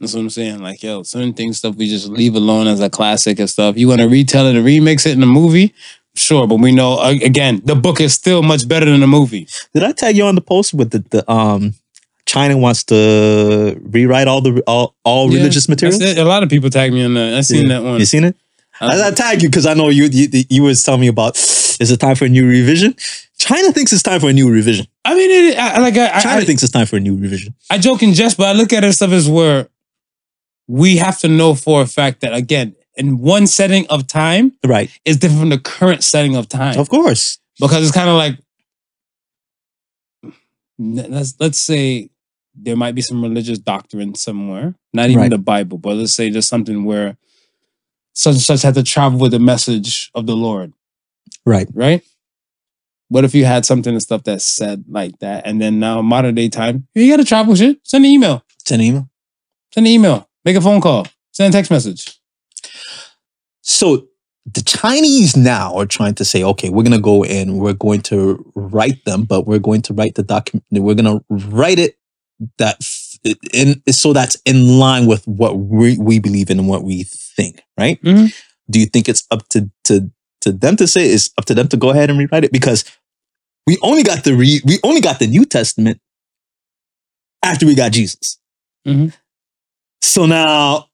That's what I'm saying. Like, yo, certain things stuff we just leave alone as a classic and stuff. You want to retell it and remix it in a movie? Sure, but we know a- again, the book is still much better than the movie. Did I tag you on the post with the, the um China wants to rewrite all the all, all Yeah, religious material? That's it. A lot of people tag me on that. I seen that one. You seen it? I, I tagged you because I know you, you you was telling me about is it time for a new revision? China thinks it's time for a new revision. I mean, it, I, I- like I, I, China I, thinks it's time for a new revision. I joke and jest, but I look at it stuff as where we have to know for a fact that again, in one setting of time Right. is different from the current setting of time. Of course. because it's kind of like let's let's say there might be some religious doctrine somewhere, not even Right. the Bible, but let's say there's something where such and such had to travel with the message of the Lord. Right. right? What if you had something and stuff that said like that, and then now modern day time, you got to travel shit. Send an email. Send an email. Send an email. Make a phone call. Send a text message. So the Chinese now are trying to say, okay, we're gonna go in, we're going to write them, but we're going to write the document, we're gonna write it that f- in so that's in line with what we we believe in and what we think, right? Mhm. Do you think it's up to to to them to say it's up to them to go ahead and rewrite it because we only got the re- we only got the New Testament after we got Jesus. Mhm. So now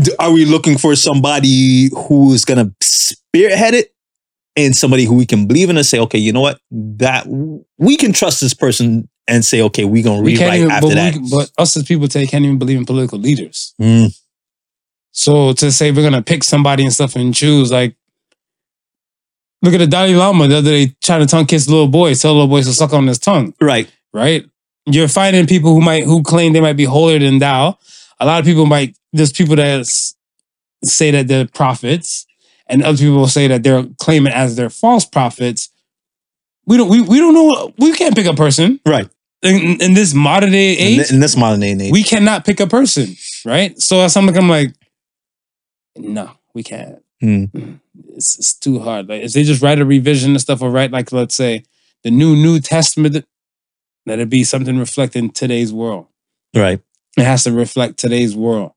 do- are we looking for somebody who's gonna spearhead it and somebody who we can believe in and say, okay, you know what, that we can trust this person and say, okay, we're gonna We rewrite can't even, after but, that. we, but us as people today can't even believe in political leaders. Mm, So to say we're gonna pick somebody and stuff and choose, like, look at the Dalai Lama the other day trying to tongue kiss little boys, tell little boys to suck on his tongue. right, right? You're finding people who might who claim they might be holier than thou. A lot of people might there's people that s- say that they're prophets, and other people will say that they're claiming as their false prophets. We don't we, we don't know we can't pick a person right. in, in this modern day In, age thi- in this modern day and age, we cannot pick a person, right? So as something I'm like, no, we can't. Hmm. It's, it's too hard. Like if they just write a revision and stuff, or write like let's say the new New Testament, let it be something reflecting today's world. right. It has to reflect today's world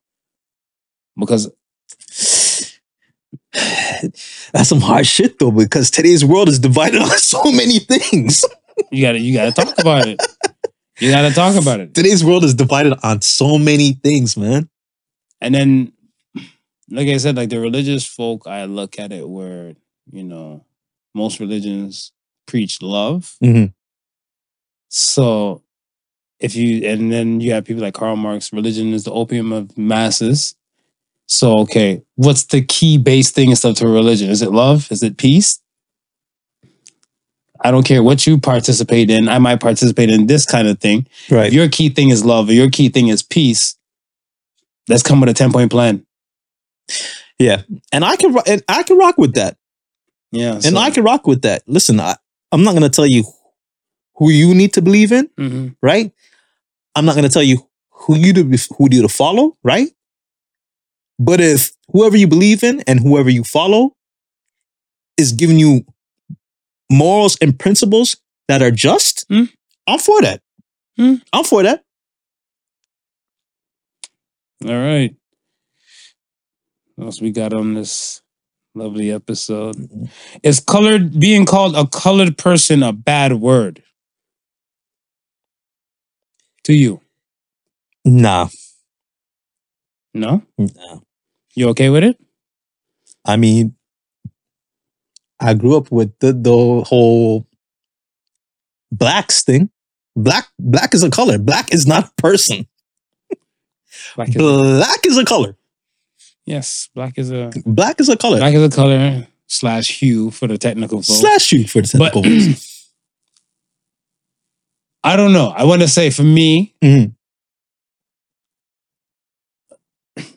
because That's some hard shit though, because today's world is divided on so many things. you got to you got to talk about it. You got to talk about it, Today's world is divided on so many things, man. and then like I said, like the religious folk, I look at it where you know most religions preach love. Mm-hmm. So if you and then you have people like Karl Marx, religion is the opium of masses. So okay, what's the key base thing and stuff to religion? Is it love? Is it peace? I don't care what you participate in. I might participate in this kind of thing. Right. If your key thing is love, or your key thing is peace, let's come with a ten point plan. and I can ro- and I can rock with that. Yeah, And I can rock with that. Listen, I, I'm not gonna tell you who you need to believe in, hmm right? I'm not gonna tell you who you to who you to follow, right? But if whoever you believe in and whoever you follow is giving you morals and principles that are just, Mm. I'm for that. Mm. I'm for that. All right. What else we got on this lovely episode? Is colored being called a colored person a bad word? To you? Nah, No? nah. You okay with it? I mean, I grew up with the, the whole blacks thing. Black black is a color. Black is not a person. Black is, Black is a color. yes, black is a Black is a color. black is a color slash hue for the technical folk. Slash you for the But- technical reason. I don't know. I want to say for me, Mhm.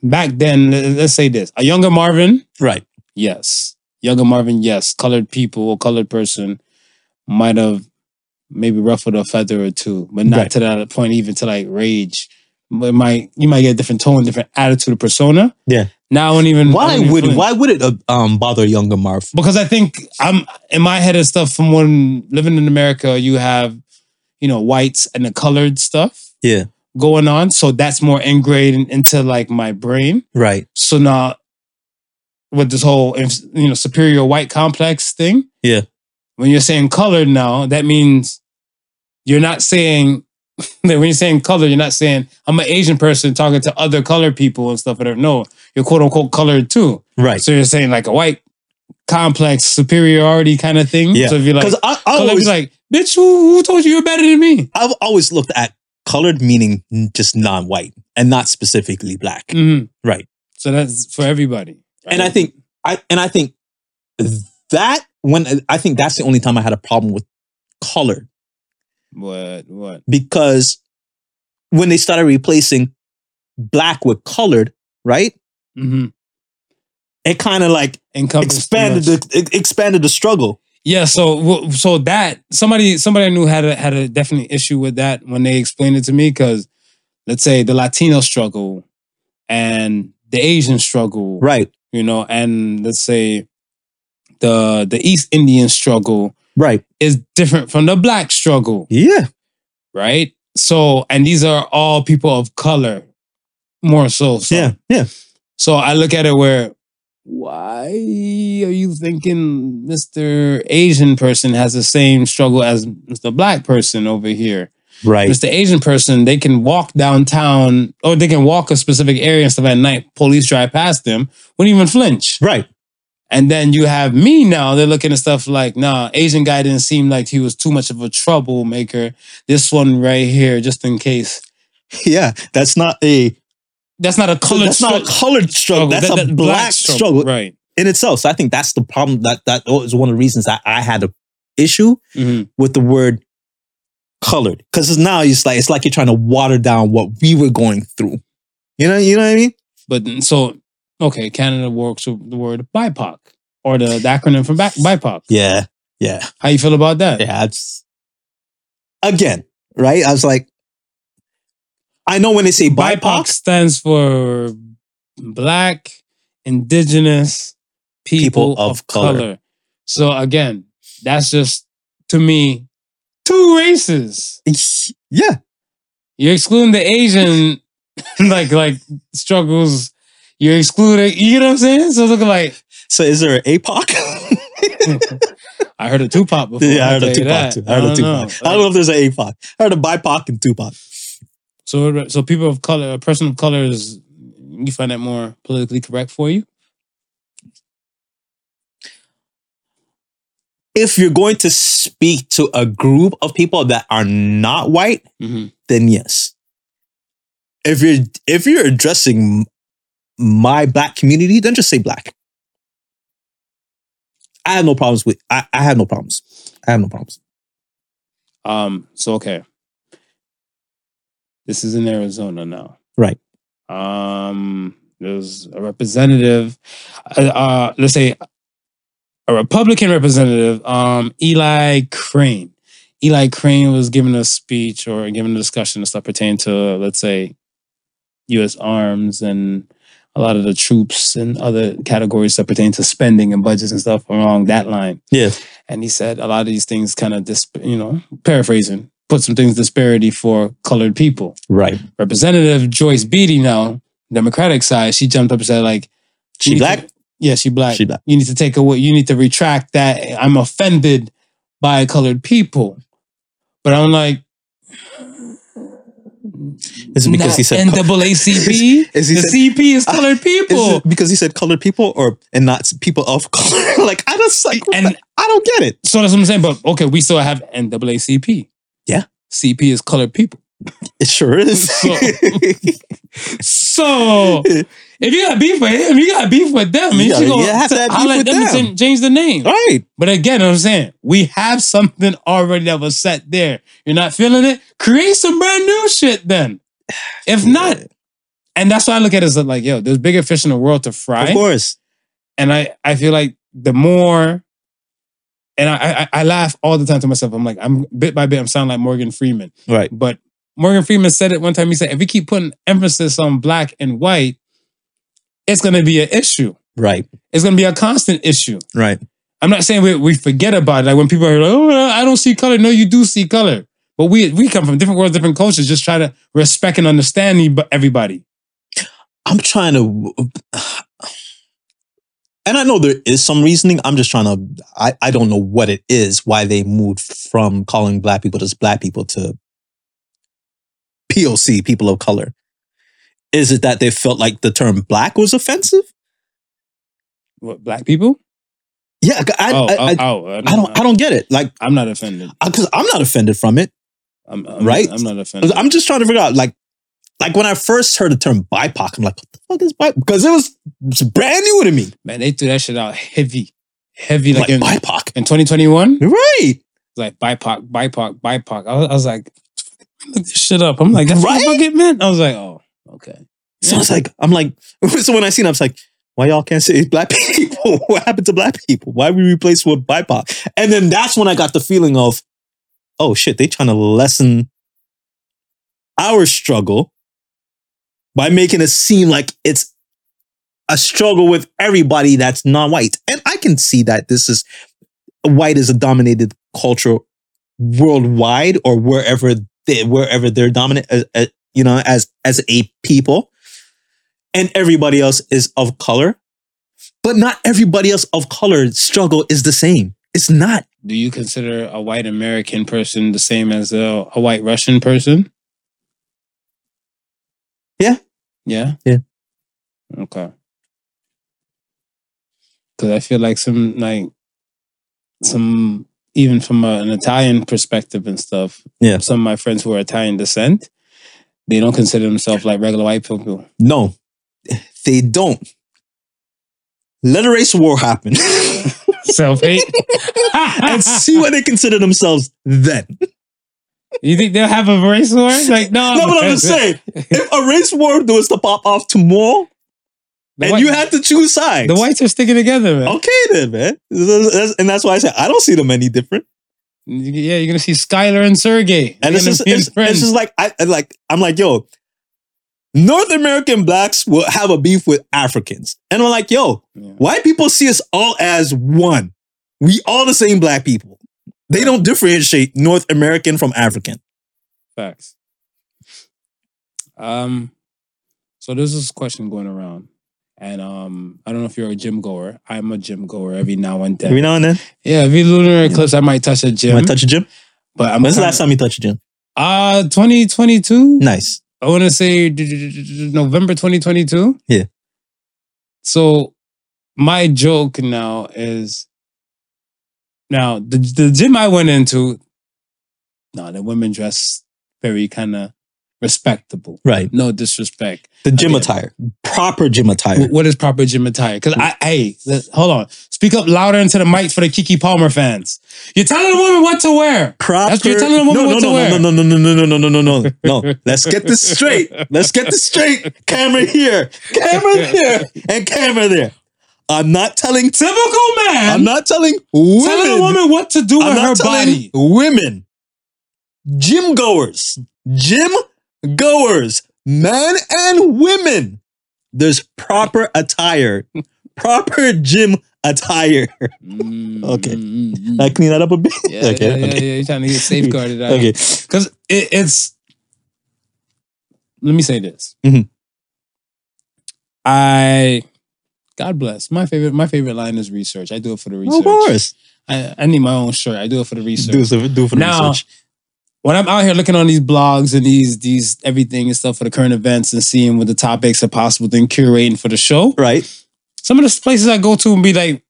back then, le- let's say this: a younger Marvin, Right. yes. Younger Marvin, yes. Colored people, a colored person might have maybe ruffled a feather or two, but not Right. to that point, even to like rage. But it might you might get a different tone, different attitude, or persona. Yeah. Now I don't even I Why don't even would flinch. why would it uh, um bother younger Marv? Because I think I'm in my head of stuff from when living in America, you have, you know, whites and the colored stuff Yeah. going on. So that's more ingrained into like my brain. Right. So now, with this whole if- you know superior white complex thing, Yeah. When you're saying colored now, that means you're not saying that when you're saying color, you're not saying I'm an Asian person talking to other colored people and stuff. Whatever. No, you're quote unquote colored too. Right. So you're saying like a white complex superiority kind of thing. Yeah. So if you're like, Because I, I colored, always be like, bitch, who, who told you you're better than me? I've always looked at colored meaning just non-white and not specifically black. Mhm. Right. So that's for everybody. And I think I and I think that when I think that's the only time I had a problem with color what what because when they started replacing black with colored, right? hmm it kind of like Mm-hmm. encompass expanded too much. the it expanded the struggle. Yeah, so w- so that somebody somebody I knew had a had a definite issue with that when they explained it to me because let's say the Latino struggle and the Asian struggle, Right. you know, and let's say the the East Indian struggle Right. is different from the Black struggle, Yeah. right? So and these are all people of color, more so. so Yeah. Yeah. so I look at it where, why are you thinking Mr. Asian person has the same struggle as Mr. Black person over here? Right. Mr. Asian person, they can walk downtown or they can walk a specific area and stuff at night. Police drive past them, wouldn't even flinch. Right. And then you have me now, they're looking at stuff like, nah, Asian guy didn't seem like he was too much of a troublemaker. This one right here, just in case. Yeah. That's not a That's not a colored that's not a stru- colored struggle. That's That- a that- black, struggle, Right. in itself. So I think that's the problem. That that was one of the reasons that I had a issue Mhm. with the word colored because now it's like it's like you're trying to water down what we were going through. You know, you know what I mean? But so, okay, Canada works with the word BIPOC or the, the acronym for back, BIPOC. Yeah, yeah, How you feel about that? yeah. It's, again, right? I was like, I know when they say BIPOC, BIPOC, stands for Black Indigenous People, People of of, color. color. So again, that's just to me two races. yeah, You're excluding the Asian, like like struggles. You're excluding. You know what I'm saying? So it's looking like So is there an APOC? I heard a Tupac before. yeah, I heard I'll a tell you that. Tupac too. I heard a don't know. Tupac. I don't know if there's an APOC. I heard a BIPOC and Tupac. So, so people of color, a person of color is, you find that more politically correct for you? If you're going to speak to a group of people that are not white, Mm-hmm. then yes. If you're if you're addressing my black community, then just say black. I have no problems with I, I have no problems. I have no problems. Um. So okay, this is in Arizona now, Right. Um. There's a representative, uh, uh, let's say, a Republican representative, um, Eli Crane. Eli Crane was giving a speech or giving a discussion and stuff pertaining to, let's say, U.S. arms and a lot of the troops and other categories that pertain to spending and budgets and stuff along that line. Yeah. And he said a lot of these things kind of, dis- you know, paraphrasing, put some things disparity for colored people. Right. Representative Joyce Beatty now, Democratic side, she jumped up and said like, She you need black? to- yeah, she black. She black. You need to take away. You need to retract that. I'm offended by colored people, but I'm like, Is it because not he said NAACP. Is he the said- Ah, CP is colored people. Is it because he said colored people or and not people of color? like I just like And- I don't get it. so that's what I'm saying. But okay, we still have NAACP. Yeah. CP is colored people. It sure is. So- So if you got beef with him, you got beef with them. You You should gotta- go you have to have beef holler at with them and them. say- change the name. right. But again, I'm saying we have something already that was set there. You're not feeling it? Create some brand new shit then. If not, and that's why I look at it as like, yo, there's bigger fish in the world to Of fry. course. And I, I feel like the more, and I, I I laugh all the time to myself. I'm like, I'm bit by bit, I'm sounding like Morgan Freeman. Right. But Morgan Freeman said it one time. He said, if we keep putting emphasis on black and white, it's gonna be an issue. Right. It's gonna be a constant issue. Right. I'm not saying we, we forget about it. Like when people are like, oh, I don't see color. No, you do see color. But we we come from different worlds, different cultures. Just try to respect and understand e- everybody. I'm trying to, and I know there is some reasoning. I'm just trying to. I I don't know what it is why they moved from calling black people just black people to POC people of color. Is it that they felt like the term black was offensive? What, black people? Yeah, I oh, I, I, I, oh, oh, I, don't I don't get it. Like, I'm not offended. because I'm not offended from it. I'm, I'm Right? I'm not offended. I'm just trying to figure out like. Like when I first heard the term BIPOC, I'm like, what the fuck is BIPOC? Because it was it's brand new to me. Man, they threw that shit out heavy, heavy. Like, Like, in, BIPOC. in 2021, Right. like BIPOC, BIPOC, BIPOC. I was, I was like, look this shit up. I'm like, that's what the Right? fuck it meant. I was like, oh, okay. So I was like, I'm like, so when I seen, it, I was like, Why y'all can't say it's black people? what happened to black people? Why we replaced with BIPOC? And then that's when I got the feeling of, oh shit, they trying to lessen our struggle by making it seem like it's a struggle with everybody that's non-white. And I can see that this is white is a dominated culture worldwide or wherever they wherever they're dominant uh, uh, you know as as a people and everybody else is of color but not everybody else of color struggle is the same it's not Do you consider a white American person the same as a, a white Russian person? Yeah. Yeah. Yeah. Okay. Because I feel like some like some even from a- an Italian perspective and stuff. Yeah. Some of my friends who are Italian descent, they don't consider themselves like regular white people. no they don't let a race war happen Self hate. and see what they consider themselves then you think they'll have a race war? Like no. that's what i'm just saying if a race war was to pop off tomorrow The and white- you had to choose sides the whites are sticking together, man. okay then man That's- and that's why i said i don't see them any different Yeah, you're gonna see Skylar and Sergey. They're And it's gonna just, be it's, friends. it's just like I I like I'm like, yo, North American blacks will have a beef with Africans. And I'm like, yo, Yeah. white people see us all as one. We all the same black people. They don't differentiate North American from African. Facts. Um, so there's this question going around, and um, I don't know if you're a gym goer. I'm a gym goer every now and then. Every now and then. yeah, every lunar eclipse, I might touch a gym. Am I touch a gym? but I'm When's the last time you touched a gym? Uh, 2022. Nice. I want to say d- d- d- d- November 2022. Yeah. So my joke now is now the the gym I went into. No, the women dress very kind of respectable. Right. No disrespect. The gym Okay. attire. Proper gym attire. W- What is proper gym attire? Because I, hey, let- hold on. Speak up louder into the mic for the Kiki Palmer fans. You're telling the women what to wear. Proper. That's- you're telling a woman no, what no, to no, wear. no, no, no, no, no, no, no, no, no, no, no. Let's get this straight. Let's get this straight. Camera here, camera there, and camera there. I'm not telling. Typical man. I'm not telling women. telling a woman what to do I'm with not her telling body. women. Gym goers, gym goers, men and women. There's proper attire, proper gym attire. Okay. Mm-mm-mm. I clean that up a bit. Yeah, okay, yeah, okay, yeah, yeah. You're trying to get safeguarded. out. okay. Because it, it's. Let me say this. Mhm. I, God bless my favorite. My favorite line is research. I do it for the research. Of course. I, I need my own shirt. I do it for the research. Do, some- do for the Now- research. When I'm out here looking on these blogs and these these everything and stuff for the current events and seeing what the topics are possible, then curating for the show. Right. some of the places I go to and be like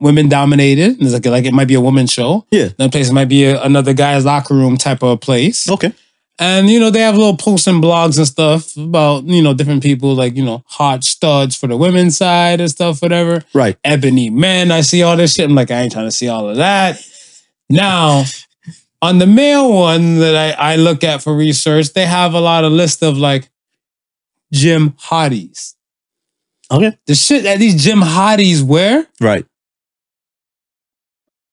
women dominated. And it's like, like it might be a woman show. Yeah. Another place might be a, another guy's locker room type of place. Okay. And you know, they have little posts and blogs and stuff about, you know, different people like, you know, hot studs for the women's side and stuff, whatever. Right. Ebony men. I see all this shit. I'm like, I ain't trying to see all of that. Now, on the male one that I, I look at for research, they have a lot of list of like gym hotties Okay. the shit that these gym hotties wear, Right.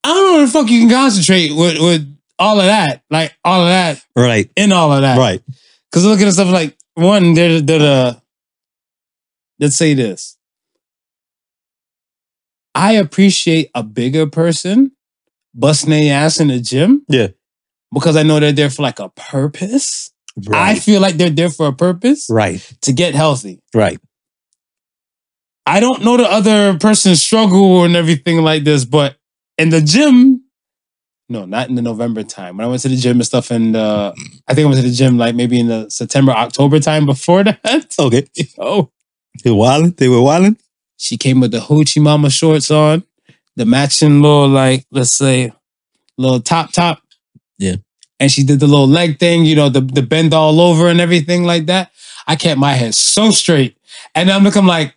I don't know where the fuck you can concentrate with, with all of that, like all of that, Right. in all of that. Right. Because looking at stuff like one, they're, they're the, let's say this. I appreciate a bigger person busting their ass in the gym. Yeah. Because I know they're there for like a purpose. I Right. feel like they're there for a purpose right. to get healthy. Right. I don't know the other person's struggle and everything like this, but in the gym, no, not in the November time. When I went to the gym and stuff, and uh, I think I went to the gym like maybe in the September, October time before that. Okay. Oh, They were wilding. They were wilding. she came with the hoochie mama shorts on, the matching little like let's say little top top. Yeah. and she did the little leg thing, you know, the the bend all over and everything like that. I kept my head so straight, and I'm looking like,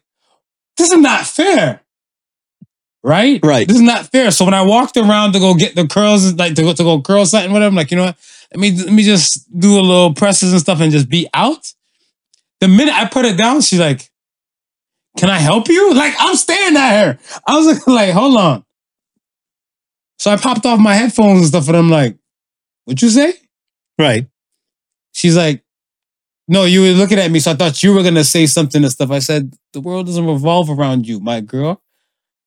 this is not fair. Right, Right. This is not fair. So when I walked around to go get the curls, like to go to go curl something, whatever, I'm like, you know what? Let me let me just do a little presses and stuff and just be out. The minute I put it down, she's like, can I help you? Like, I'm staring at her. I was like, like, hold on. So I popped off my headphones and stuff, and I'm like, what you say? Right. She's like, no, you were looking at me, so I thought you were gonna say something and stuff. I said, the world doesn't revolve around you, my girl.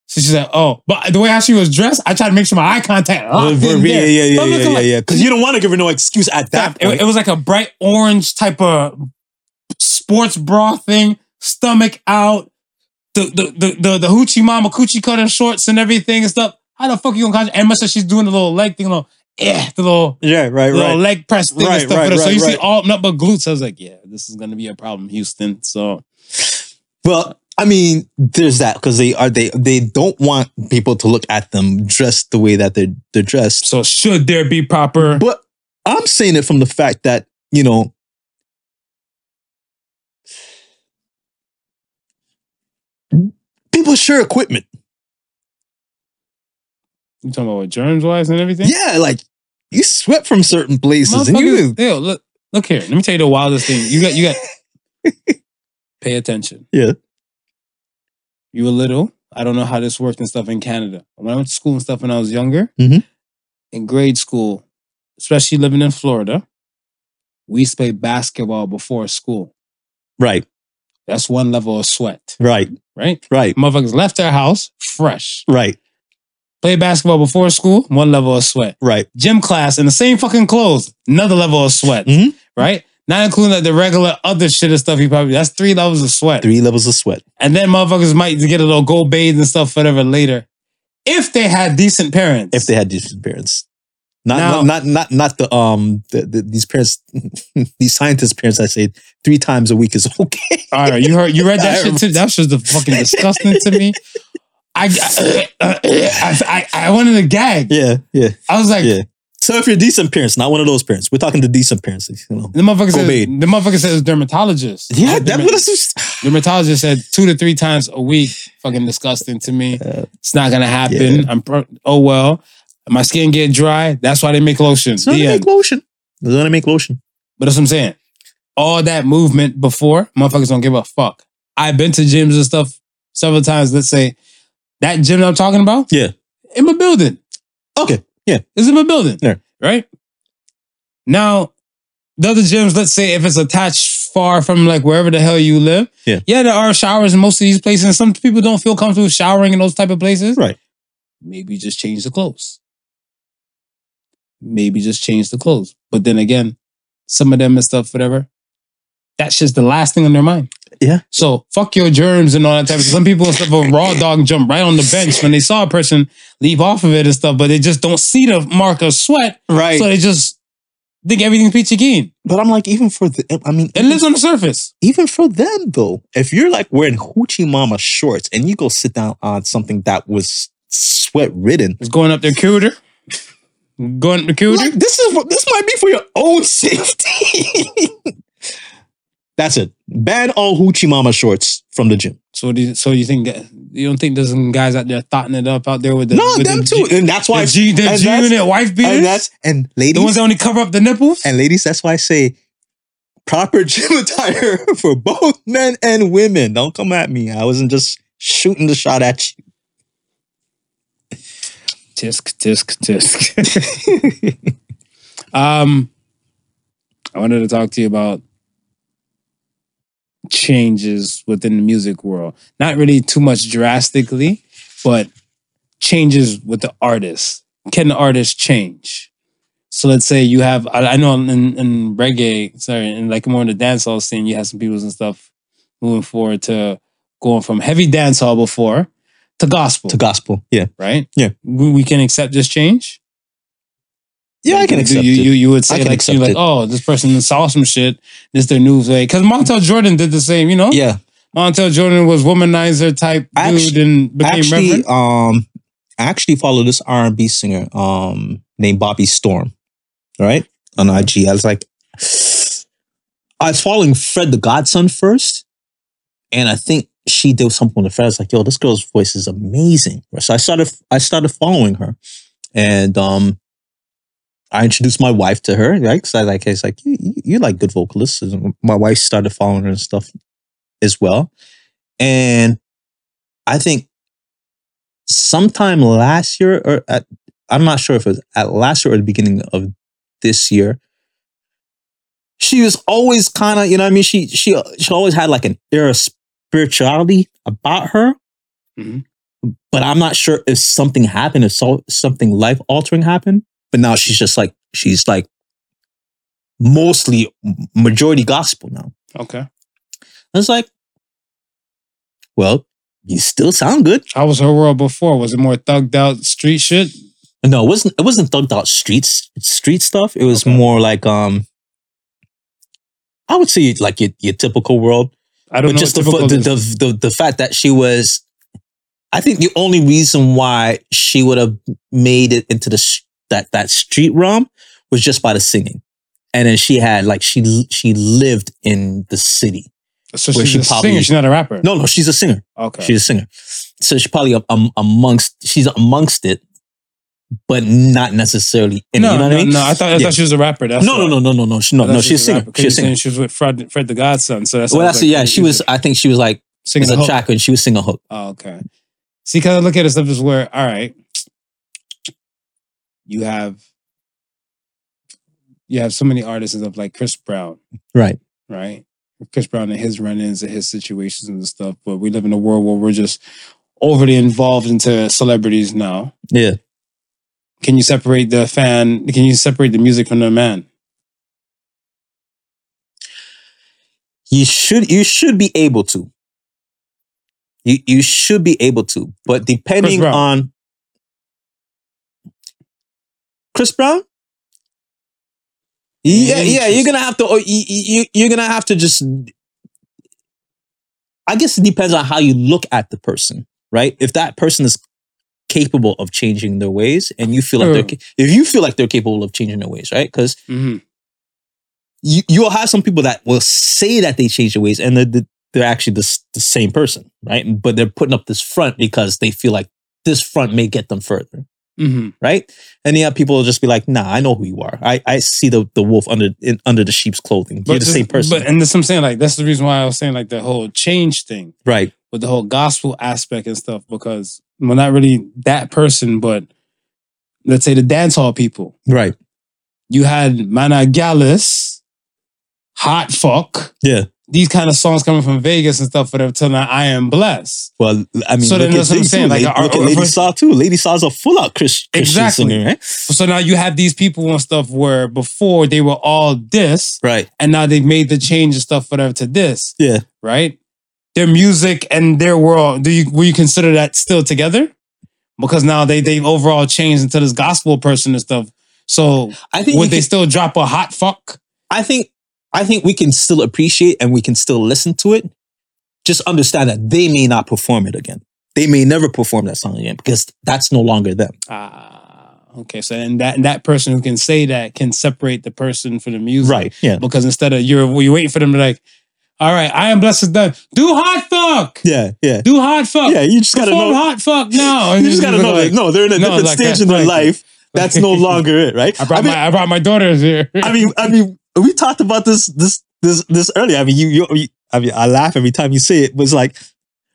So she's like, oh, but the way how she was dressed, I tried to make sure my eye contact. Ah, yeah, locked in yeah, there. yeah, yeah, I'm yeah, looking yeah, like- yeah. Because you don't want to give her no excuse at that It- point. It, was like a bright orange type of sports bra thing, stomach out, the the the the, the hoochie mama coochie cutter shorts and everything and stuff. How the fuck you gonna contact? And much as she's doing the little leg thing, little eh, the little yeah, right, little right. leg press thing Right, and stuff. right, with her. so right, you see right. all nothing but glutes. I was like, yeah, this is gonna be a problem, Houston. So Well, I mean, there's that because they are they they don't want people to look at them dressed the way that they're they're dressed. so should there be proper? But I'm saying it from the fact that, you know, people share equipment. You talking about what, germs wise and everything? Yeah, like you sweat from certain places and you Motherfuckers, yo, look, look here. Let me tell you the wildest thing. You got, you got. pay attention. Yeah. You were little. I don't know how this worked and stuff in Canada. When I went to school and stuff when I was younger, Mhm. in grade school, especially living in Florida, we used to play basketball before school. Right, That's one level of sweat, right, right? right, Motherfuckers left their house fresh. right, Play basketball before school, one level of sweat. right. Gym class in the same fucking clothes, another level of sweat Mhm. right? Not including like the regular other shit and stuff. You probably that's three levels of sweat, Three levels of sweat. and then motherfuckers might get a little gold bathed and stuff, whatever later, if they had decent parents. If they had decent parents. Not, Now- not not not not the um the, the, these parents these scientist parents I say three times a week is okay. all right, you heard, you read I that shit remember. too. That was the fucking disgusting to me. I, I, uh, I, I wanted to gag. Yeah, yeah. I was like, Yeah. So if you're decent parents, not one of those parents, we're talking to decent parents, you know. the motherfucker Go says, bathe. the motherfucker says dermatologist. Yeah, The that derma- was dermatologist said two to three times a week. Fucking disgusting to me. Yeah. It's not gonna happen. I'm pro- oh well. My skin get dry. That's why they make lotion. It's not The to end. make lotion. It's not to make lotion. But that's what I'm saying. All that movement before, motherfuckers don't give a fuck. I've been to gyms and stuff several times. Let's say that gym that I'm talking about. Yeah. In my building. Okay. Yeah. It's in my building. Yeah. Right? Now, the other gyms, let's say if it's attached far from like wherever the hell you live. Yeah. Yeah, there are showers in most of these places. And some people don't feel comfortable showering in those type of places. Right. Maybe just change the clothes. Maybe just change the clothes. But then again, some of them and stuff, whatever. That's just the last thing on their mind. Yeah. So fuck your germs and all that type of Some people and stuff will raw dog and jump right on the bench when they saw a person leave off of it and stuff, but they just don't see the mark of sweat. Right. So they just think everything's peachy keen. but I'm like, even for the, I mean, It lives on the surface. even for them though, if you're like wearing hoochie mama shorts and you go sit down on something that was sweat ridden, It's going up their cooter. Going up the cooter. like this is what this might be for your own safety. That's it. Ban all hoochie mama shorts from the gym. so do you, so you think that- you don't think there's some guys out there thotting it up out there with the no, with them the too, G, and that's why. the G, the and G that's- unit wife and beaters. that's and The ones ladies that only cover up the nipples. and ladies. That's why I say proper gym attire for both men and women. Don't come at me. I wasn't just shooting the shot at you. Tisk, tisk, tisk. um, I wanted to talk to you about changes within the music world. Not really too much drastically, but changes with the artist. Can the artist change? So let's say you have, I, I know in, in reggae, sorry, in like more in the dancehall scene, you have some people and stuff moving forward to going from heavy dancehall before to gospel to gospel. Yeah. right? Yeah. we, we can accept this change. Yeah, I can Do accept you, it. You you would say I can like accept you're like, it. oh, this person saw some shit. This their new way because Montel Jordan did the same. You know, yeah. Montel Jordan was womanizer type dude Actu- and became Actually, reverend. um, I actually follow this R and B singer um named Bobby Storm. All right. On Mm-hmm. IG. I was like I was following Fred the Godson first. And I think she did something with Fred. I was like, yo, this girl's voice is amazing. So I started I started following her. And um I introduced my wife to her, right? Because I like, it's like you, you, you like good vocalists. And my wife started following her and stuff as well. And I think sometime last year, or at, I'm not sure if it was at last year or the beginning of this year, she was always kind of, you know what I mean? She, she, she always had like an air of spirituality about her. Mhm. But I'm not sure if something happened, if so, something life altering happened. But now she's just like, she's like mostly majority gospel now. Okay. I was like, well, you still sound good. How was her world before? Was it more thugged out street shit? No, it wasn't it wasn't thugged out streets street stuff. It was Okay. more like um I would say like your, your typical world. I don't But know. just the, what fu- typical the, is. the, the the fact that she was I think the only reason why she would have made it into the s- that that street realm was just by the singing. And then she had like she she lived in the city. so where she's she a probably- singer. She's not a rapper. No, no, she's a singer. Okay. She's a singer. So she's probably a, um, amongst she's amongst it, but not necessarily in no, it. You know no, what I mean? no. I thought I Yeah. thought she was a rapper. That's no, why. no, no, no, no, no. She, I no, thought no, she she's a was singer. rapper, 'cause She's you a singer. saying She was with Fred, Fred the Godson. So that's Well, why I that's like, yeah. She was. I think she was like singing the as a hook. track and she was singing a hook. Oh, okay. See, because I look at it stuff as where, all right, you have you have so many artists of like Chris Brown, Right. right? Chris Brown and his run-ins and his situations and stuff. But we live in a world where we're just overly involved into celebrities now. Yeah. Can you separate the fan? Can you separate the music from the man? You should. You should be able to. You you should be able to, but depending Brown. on Chris Brown. Yeah, yeah, you're gonna have to. oh, You, you, you're gonna have to just. I guess it depends on how you look at the person, right? If that person is capable of changing their ways, and you feel like they're, True. ca- if you feel like they're capable of changing their ways, right? Because Mm-hmm. you you'll have some people that will say that they changed their ways and they're, the- they're actually the, s- the same person right but they're putting up this front because they feel like this front may get them further Mm-hmm. right and you have people will just be like nah i know who you are i, I see the, the wolf under in, under the sheep's clothing you're the just- same person But and that's what I'm saying. Like that's the reason why I was saying like the whole change thing. right with the whole gospel aspect and stuff because well, not really that person, but let's say the dance hall people. right You had Managalis, Hot Fuck. Yeah. These kind of songs coming from Vegas and stuff, but until now I am blessed. well i mean So then look at that's what I'm Zay, saying, too. like, La- our- look at our lady first- saw too lady saw's a full-out Chris, christian Exactly. singer right So now you have these people and stuff where before they were all this, right and now they've made the change and stuff whatever to this, yeah right? Their music and their world. Do you will you consider that still together? Because now they they've overall changed into this gospel person and stuff. So i think would you they can- still drop a hot fuck? I think I think we can still appreciate and we can still listen to it. Just understand that they may not perform it again. They may never perform that song again because that's no longer them. Ah, okay. So and that and that person who can say that can separate the person from the music, Yeah. Because instead of you're you waiting for them to like, all right, I am blessed is done. Do hot fuck. Yeah. Yeah. Do hot fuck. Yeah. You just gotta Perform know. hot fuck now. You just gotta know. Like, that no, they're in a no, different like stage that, in their like- life. That's no longer it, right? I brought mean, my I brought my daughters here. I mean, I mean, we talked about this this this this earlier. I mean, you, you, you I mean, I laugh every time you say it. But it's like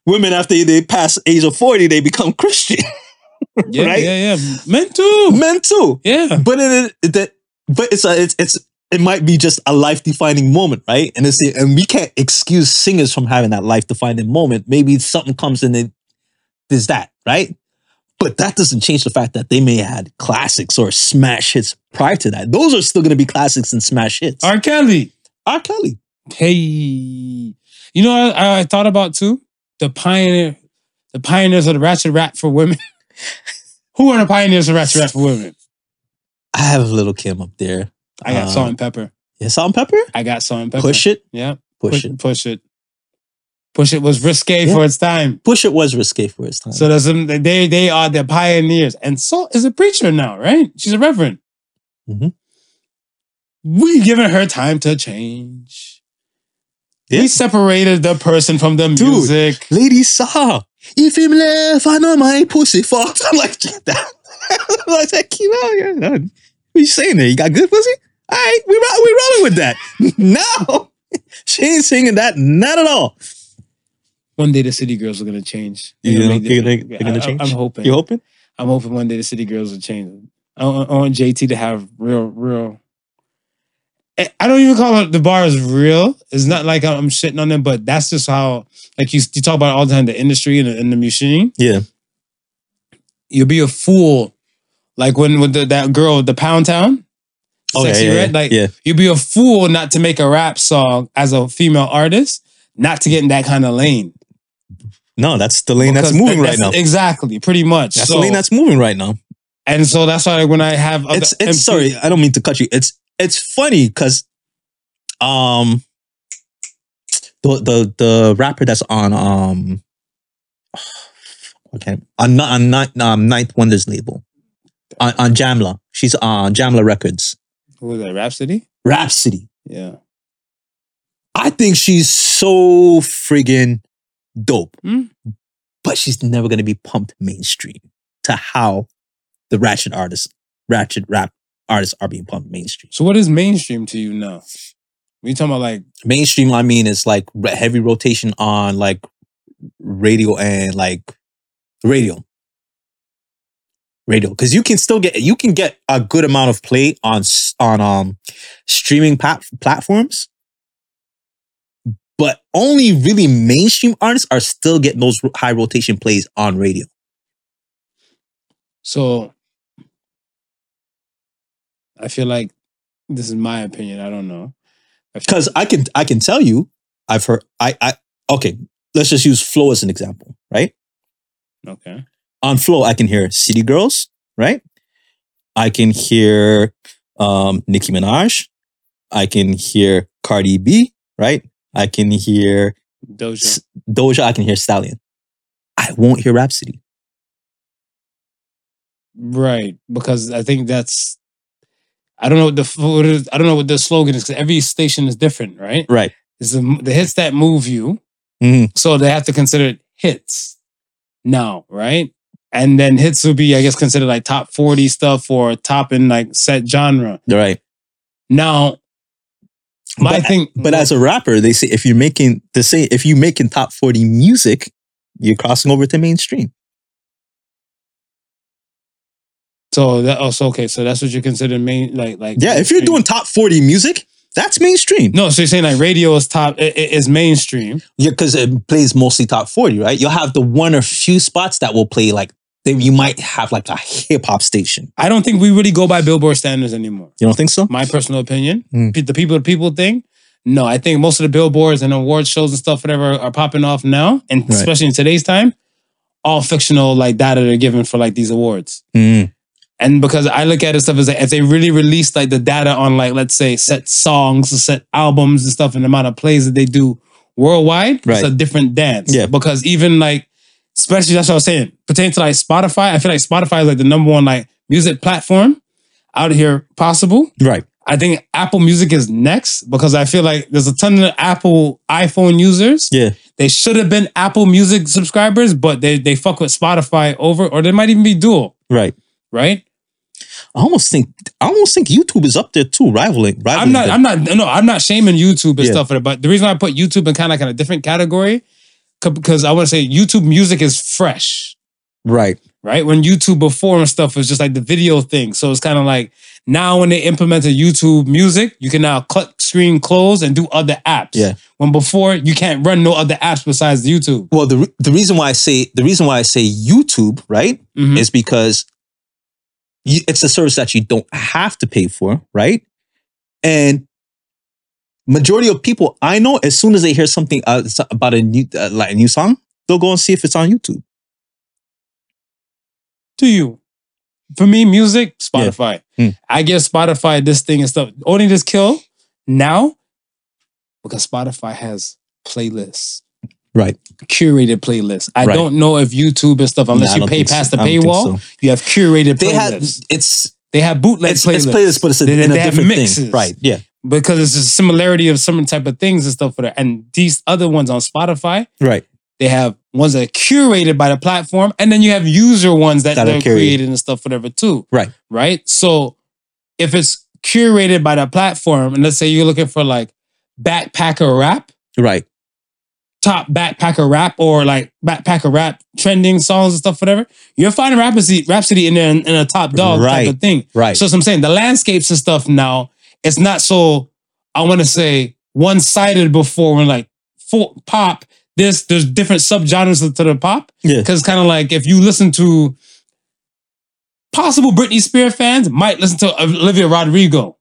women after they pass age of forty, they become Christian. yeah, right? yeah, yeah. Men too. Men too. Yeah. but it, it that but it's a, it's it's it might be just a life defining moment, right? And it's and we can't excuse singers from having that life defining moment. Maybe something comes and it there's that, right? But that doesn't change the fact that they may have had classics or smash hits prior to that. Those are still going to be classics and smash hits. R. R. Kelly. Kelly, Hey, you know what I, I thought about too? The pioneer, the pioneers of the ratchet rap for women. Who are the pioneers of ratchet rap for women? I have Little Kim up there. I got Uh, salt and pepper. Yeah, Salt and Pepper, I got salt and pepper. push it, Yeah. push it, Push it. Push it was risque Yeah. Uh, for its time. push it was risque for its time. So there's some, they they are the pioneers. And Salt is a preacher now, right? She's a reverend. Mhm. We given her time to change. Yeah. We separated the person from the Dude. music. Lady Saw, if him left, I know my pussy fucked. I'm like, that. I'm like, that came out. Yeah, no. What you saying there? You got good pussy? All right, we ro- we rolling with that. no, she ain't singing that, not at all. One day the city girls are gonna change. They're You gonna don't make think different- they- they're gonna I- I- change? I'm hoping. You hoping? I'm hoping one day the city girls will change. I want, I want JT to have real, real. I I don't even call it the bar is real. It's not like I'm shitting on them, but that's just how. Like you, you talk about all the time the industry and the, and the machine. Yeah. You'll be a fool, like when with the, that girl the Pound Town, sexy Oh, yeah, yeah, red. yeah. Like yeah. you'd be a fool not to make a rap song as a female artist, not to get in that kind of lane. No, that's the lane that's Because moving that- right now. Exactly, pretty much. That's so, the lane that's moving right now. and so that's why when I have other it's MP it's sorry, I don't mean to cut you. It's it's funny because um the the the rapper that's on um okay on not on ninth um, ninth wonders label on, on Jamla. She's on Jamla Records. Who was that? Rhapsody? Rhapsody. Yeah. I think she's so friggin' dope, Hmm. but she's never gonna be pumped mainstream to how the ratchet artists, ratchet rap artists are being pumped mainstream. So what is mainstream to you now? We talking about like mainstream i mean it's like re- heavy rotation on like radio and like radio radio because you can still get you can get a good amount of play on s- on um streaming pat- platforms but only really mainstream artists are still getting those ro- high rotation plays on radio so I feel like this is my opinion. I don't know. I feel- because I can I can tell you I've heard I I okay let's just use flow as an example right okay. on flow i can hear city girls right i can hear um nicki minaj i can hear cardi b right i can hear Doja. S- doja i can hear stallion i won't hear rhapsody Right. Because I think that's I don't know what the f- what is- I don't know what the slogan is because every station is different, right? right It's the, the hits that move you. Mhm. So they have to consider it hits now, right? And then hits would be, I guess, considered like top 40 stuff or top in like set genre. right Now, my But- thing, but as a rapper they say if you're making they say if you're making top 40 music you're crossing over to mainstream so that also okay, so that's what you consider main, like, like, yeah if you're doing top 40 music that's mainstream no, so you're saying like radio is top, i- i- is mainstream, Yeah, because it plays mostly top 40, right? You'll have the one or few spots that will play like then you might have like a hip hop station. I don't think we really go by Billboard standards anymore. You don't think so? My personal opinion, Mm. Pe- the people to people thing. No, I think most of the billboards and award shows and stuff, whatever, are popping off now, and Right. especially in today's time, all fictional like data they're given for like these awards. Mm. And because I look at it stuff as like, if they really release like the data on like let's say set songs, or set albums and stuff, and the amount of plays that they do worldwide, Right. it's a different dance. Yeah. Because even like, especially that's what I was saying, pertaining to like Spotify, I feel like Spotify is like the number one like music platform out here possible. Right. I think Apple Music is next because I feel like there's a ton of Apple iPhone users. Yeah. They should have been Apple Music subscribers, but they they fuck with Spotify over, or they might even be dual, Right. right? I almost think I almost think YouTube is up there too, rivaling. rivaling I'm not. them. I'm not. No, I'm not shaming YouTube and Yeah. stuff for that. But the reason I put YouTube in kind of like in a different category, because I want to say YouTube music is fresh, right. right? When YouTube before and stuff was just like the video thing, so it's kind of like now when they implemented YouTube music, you can now cut screen close and do other apps. Yeah. When before you can't run no other apps besides YouTube. Well, the re- the reason why I say the reason why I say YouTube, right, Mhm. is because you, it's a service that you don't have to pay for, right? And majority of people I know, as soon as they hear something uh, s- about a new uh, like a new song, they'll go and see if it's on YouTube. to you. For me, music, Yeah. Spotify. Hmm. I give Spotify this thing and stuff. Only this kill now because Spotify has playlists. Right. Curated playlists. I Right. don't know if YouTube and stuff, Nah, unless I you don't pay think so. past the I don't think paywall, so. you have curated They had playlists. it's they have bootleg it's playlists. it's playlists, but it's a, They- in a they have different mixes. thing, right? Yeah, because it's a similarity of some type of things and stuff for that. And these other ones on Spotify, right. they have ones that are curated by the platform, and then you have user ones that, That are they're curated. created and stuff, whatever, too. Right. Right. So if it's curated by the platform, and let's say you're looking for like backpacker rap, Right. top backpacker rap or like backpacker rap trending songs and stuff, whatever, you're finding Rhapsody, Rhapsody in there in, in a top dog Right. type of thing. Right. So that's what I'm saying. The landscapes and stuff now, it's not so, I want to say, one sided before when like full pop, this, there's different subgenres to the pop. Yeah. Cause kind of like if you listen to possible Britney Spears fans might listen to Olivia Rodrigo.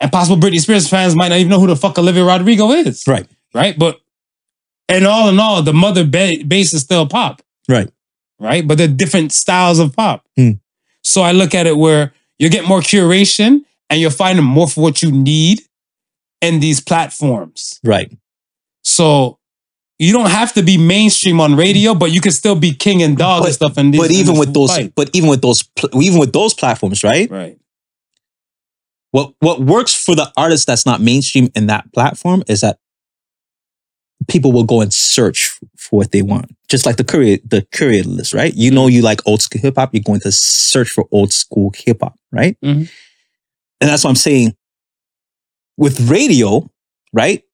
And possible Britney Spears fans might not even know who the fuck Olivia Rodrigo is. Right. Right. But and all in all, the mother ba- base is still pop. Right. Right. But they're different styles of pop. Hmm. So I look at it where you get more curation and you're finding more for what you need in these platforms. Right. So you don't have to be mainstream on radio, but you can still be king and dog But- and stuff. And But even with those, but even with those, pl- even with those platforms, right? right? What what works for the artist that's not mainstream in that platform is that people will go and search for what they want. Just like the courier, the courier list, right? You know, you like old school hip hop. You're going to search for old school hip hop, right? Mhm. And that's what I'm saying. With radio, right?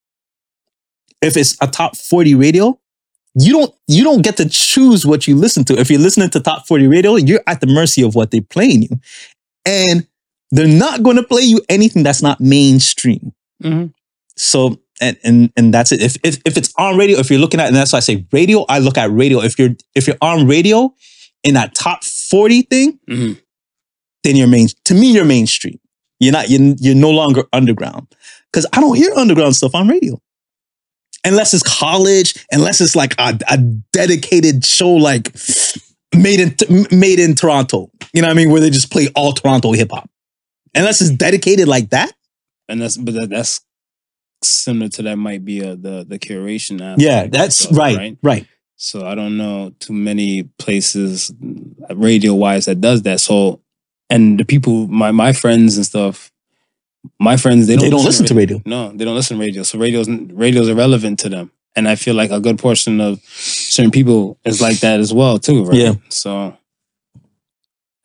If it's a top forty radio, you don't you don't get to choose what you listen to. If you're listening to top 40 radio, you're at the mercy of what they're playing you. And they're not going to play you anything that's not mainstream. Mhm. So and and and that's it. If, if if it's on radio, if you're looking at and that's why I say radio, I look at radio. If you're if you're on radio in that top 40 thing, Mhm. then you're main to me you're mainstream. You're not you're, you're no longer underground. Cuz I don't hear underground stuff on radio unless it's college, unless it's like a, a dedicated show like made in made in Toronto. You know what I mean? Where they just play all Toronto hip hop. Unless it's dedicated like that. and that's but that, that's similar to that might be uh the the curation app. Yeah, that's right, right. So I don't know too many places radio wise that does that. So and the people, my my friends and stuff, my friends they don't They don't listen to radio. No, they don't listen to radio. So radio's radio's irrelevant to them. And I feel like a good portion of certain people is like that as well too, right? Yeah. So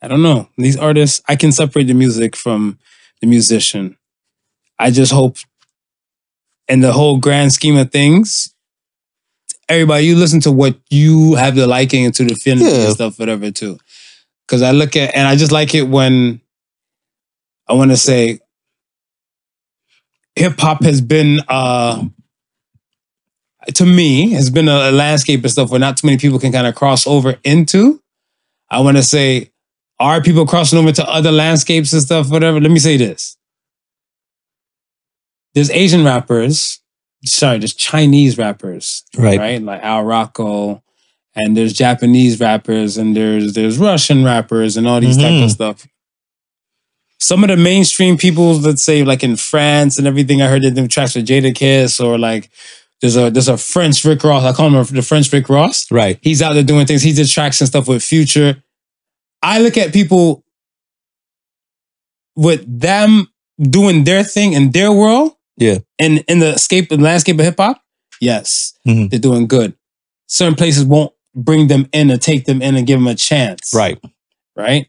I don't know. These artists, I can separate the music from the musician. I just hope in the whole grand scheme of things, everybody, you listen to what you have the liking and to the feeling Yeah. and stuff, whatever too. Cause I look at and I just like it when I wanna say hip hop has been uh to me has been a, a landscape and stuff where not too many people can kind of cross over into. I want to say, are people crossing over to other landscapes and stuff? Whatever. Let me say this: there's Asian rappers, sorry, there's Chinese rappers, Right. right? Like Al Rocco, and there's Japanese rappers, and there's there's Russian rappers, and all these type Mhm. of stuff. Some of the mainstream people, let's say like in France and everything, I heard that them tracks with Jada Kiss or like there's a there's a French Rick Ross. I call him the French Rick Ross. Right. He's out there doing things. He did tracks and stuff with Future. I look at people with them doing their thing in their world. Yeah. And in the scape the landscape of hip hop, yes, Mhm. they're doing good. Certain places won't bring them in or take them in and give them a chance Right. right?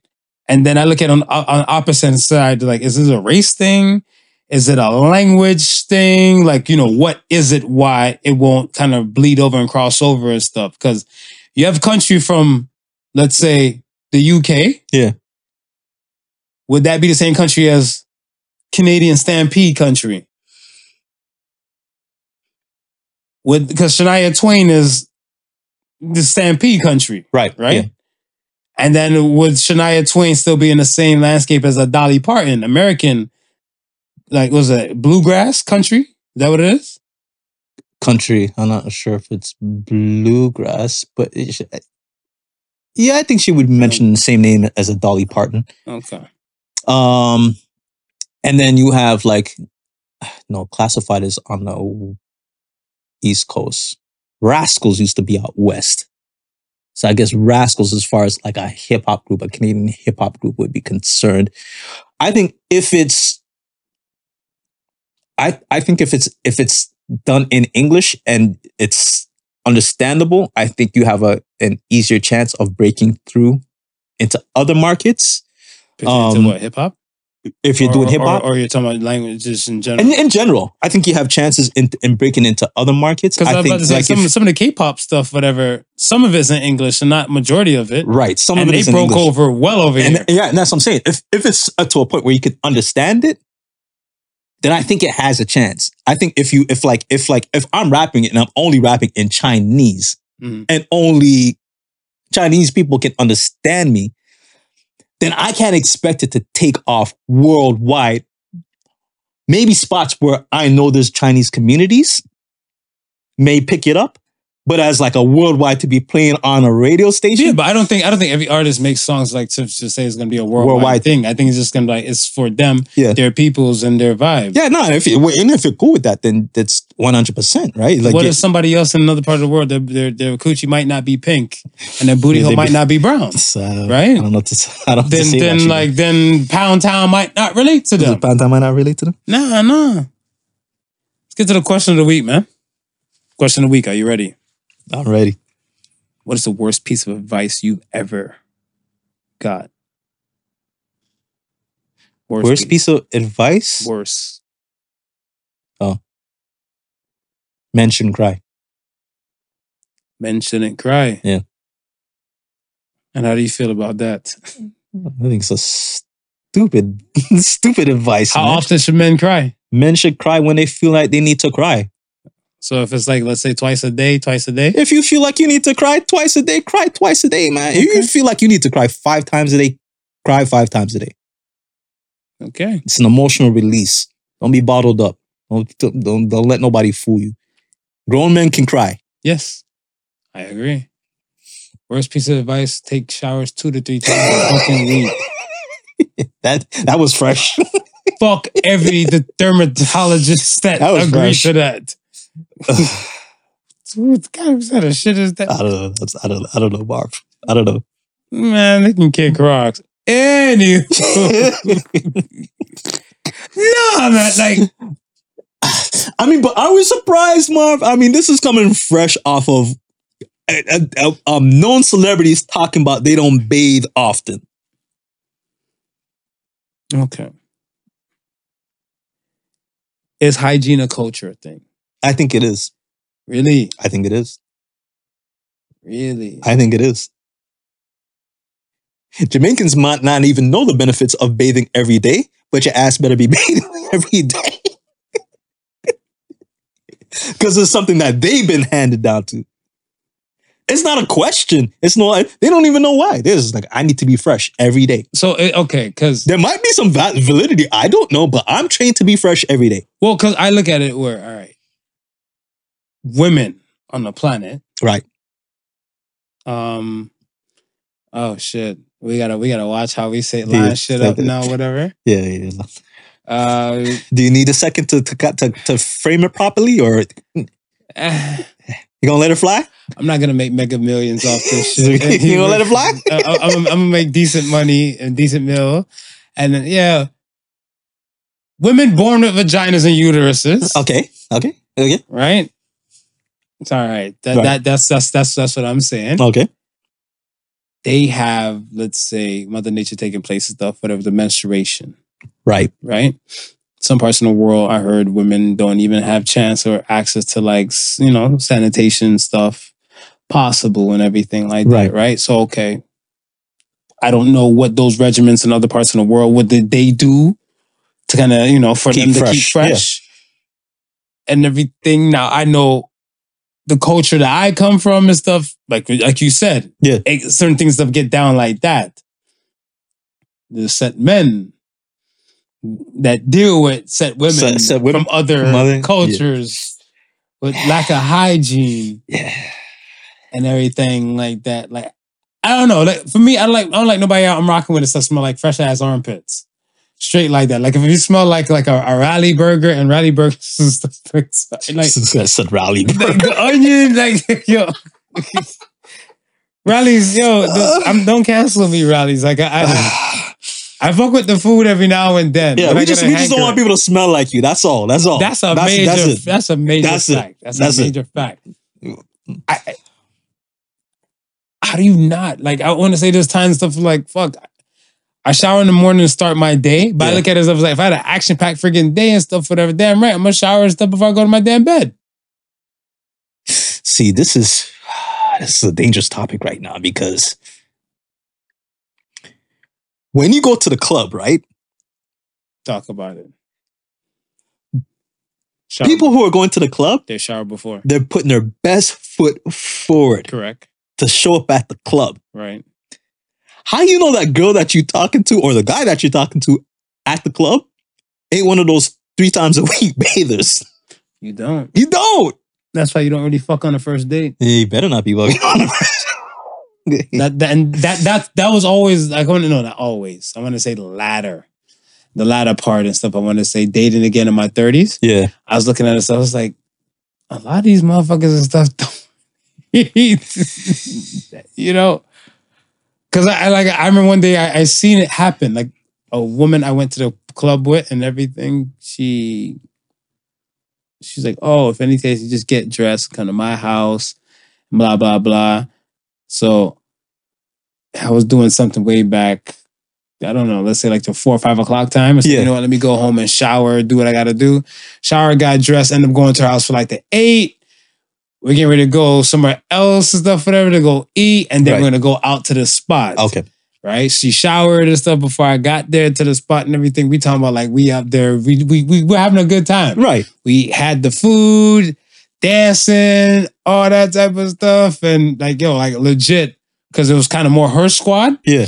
And then I look at on on opposite side, like, is this a race thing? Is it a language thing? Like, you know, what is it? Why it won't kind of bleed over and cross over and stuff? Because you have country from, let's say, the UK. Yeah. Would that be the same country as Canadian Stampede country? Would because Shania Twain is the Stampede country Right. right? And then would Shania Twain still be in the same landscape as a Dolly Parton, American, like was it bluegrass country? Is that what it is? Country. I'm not sure if it's bluegrass, but it sh- yeah, I think she would mention the same name as a Dolly Parton. Okay. Um, and then you have like, no, classified is on the East Coast. Rascals used to be out west. So I guess Rascals, as far as like a hip hop group, a Canadian hip hop group would be concerned. I think if it's, I, I think if it's, if it's done in English and it's understandable, I think you have a, an easier chance of breaking through into other markets. Particularly Um, to what hip hop? if you're Or- doing or- hip hop. or, you're talking about languages in general. And in general, I think you have chances in, in breaking into other markets. Because I I was think about to say like some, if- some of the K-pop stuff, whatever. Some of it's in English, and not majority of it. right, some and of it they is in broke English. over well over And here. yeah, and that's what I'm saying. If if it's uh, to a point where you could understand it, then I think it has a chance. I think if you if like if like if I'm rapping it and I'm only rapping in Chinese Mhm. and only Chinese people can understand me, then I can't expect it to take off worldwide. Maybe spots where I know there's Chinese communities may pick it up, but as like a worldwide to be playing on a radio station. Yeah, but I don't think I don't think every artist makes songs like to, to say it's going to be a worldwide, Worldwide. thing. I think it's just going to be like it's for them, Yeah. their peoples, and their vibe. Yeah, no, and if you, and if you're cool with that, then that's one hundred percent, right? Like, what yeah, if somebody else in another part of the world, their their, their coochie might not be pink, and their booty Yeah, hole they might be- not be brown? it's, uh, right? I don't know. What to, s- I don't. know what to Then say about then you. like then Pound Town might not relate to does them. Panther might not relate to them? Nah, nah. Let's get to the question of the week, man. Question of the week. Are you ready? I'm ready. What is the worst piece of advice you've ever got? Worst piece of advice: Worst. men shouldn't cry. Men shouldn't cry. Yeah. And how do you feel about that? I think so. Stupid, stupid advice. How man. often should men cry? Men should cry when they feel like they need to cry. So if it's like, let's say twice a day, twice a day. If you feel like you need to cry twice a day, cry twice a day, man. If you feel like you need to cry five times a day, cry five times a day. Okay. It's an emotional release. Don't be bottled up. Don't don't, don't let nobody fool you. Grown men can cry. Yes. I agree. Worst piece of advice, take showers two to three times a fucking week. That that was fresh. Fuck every the dermatologist that, That was agrees fresh. to that. I What kind of set of shit is that? don't know. That's, I don't. I don't know, Marv. I don't know. Man, they can kick rocks. Any No, man, like I mean, but I was surprised, Marv. I mean, this is coming fresh off of uh, uh, um, known celebrities talking about they don't bathe often. Okay. Is hygiene a culture thing? I think it is. Really? I think it is. Really? I think it is. Jamaicans might not even know the benefits of bathing every day, but your ass better be bathing every day. Because it's something that they've been handed down to. It's not a question. It's not, they don't even know why. They're just like, I need to be fresh every day. So it, okay, because There might be some val- validity. I don't know, but I'm trained to be fresh every day. well, because I look at it where all right, women on the planet, Right. um, oh shit, we gotta we gotta watch how we say line Yeah, shit like up that. now, whatever. Yeah, yeah. yeah. Uh, Do you need a second to, to, to, to frame it properly or eh, you gonna let it fly? I'm not gonna make mega millions off this shit. You gonna let it fly? I, I, I'm, I'm gonna make decent money and decent meal, and then yeah, women born with vaginas and uteruses, Okay, okay, okay, right? It's all right. That, Right. that that's that's that's that's what I'm saying. okay. They have, let's say, Mother Nature taking place and stuff, whatever the menstruation, Right. right? Some parts in the world, I heard women don't even have chance or access to like s- you know sanitation stuff possible and everything like Right. that, right? So okay, I don't know what those regiments in other parts of the world what did they do to kind of you know for Keep them to keep fresh, yeah. fresh and everything. Now I know the culture that I come from and stuff, like like you said, Yeah. eh, certain things that get down like that. The set men that deal with set women, Set- set women. from other From other- yeah. cultures with lack of hygiene Yeah. and everything like that. Like I don't know. Like for me, I like I don't like nobody out I'm rocking with. It's that smell like fresh ass armpits, straight like that. Like if you smell like like a, a rally burger and rally burgers is the first- like I said rally. like the onion, like yo. Rallies, yo, the, I'm, don't cancel me, rallies. Like I, I, I fuck with the food every now and then. yeah, when I we get just a we just don't hankering. want people to smell like you. That's all. That's all. That's a major. That's, it. a major That's it. fact. That's, That's a it. major fact. I, I- how do you not like? I want to say this time stuff like fuck. I- I shower in the morning to start my day, but I Yeah. look at it as I was like, if I had an action packed freaking day and stuff, whatever, damn right, I'm gonna shower and stuff before I go to my damn bed. See, this is this is a dangerous topic right now because when you go to the club, right? Talk about it. Shower, People who are going to the club, they shower before, they're putting their best foot forward correct? to show up at the club. Right? How you know that girl that you're talking to or the guy that you're talking to at the club ain't one of those three times a week bathers? You don't. You don't. That's why you don't really fuck on the first date. You better not be bugging that, that and that that that was always I want to know not always. I want to say the latter, the latter part and stuff. I want to say dating again in my thirties. yeah. I was looking at it, so I was like, a lot of these motherfuckers and stuff. Don't you know? Because I, I like I remember one day I, I seen it happen. Like a woman I went to the club with and everything. She she's like, oh, if anything, you just get dressed, come to my house, blah blah blah. So I was doing something way back. I don't know. Let's say like the four or five o'clock time. So, Yeah. You know what? Let me go home and shower, do what I gotta do. Shower, got dressed, end up going to her house for like the eight. We're getting ready to go somewhere else and stuff, whatever, to go eat. And then Right. we're gonna go out to the spot Okay. right? She showered and stuff before I got there to the spot and everything. We talking about like we up there, we we we were having a good time. Right. We had the food, dancing, all that type of stuff, and like yo, like legit, because it was kind of more her squad. Yeah.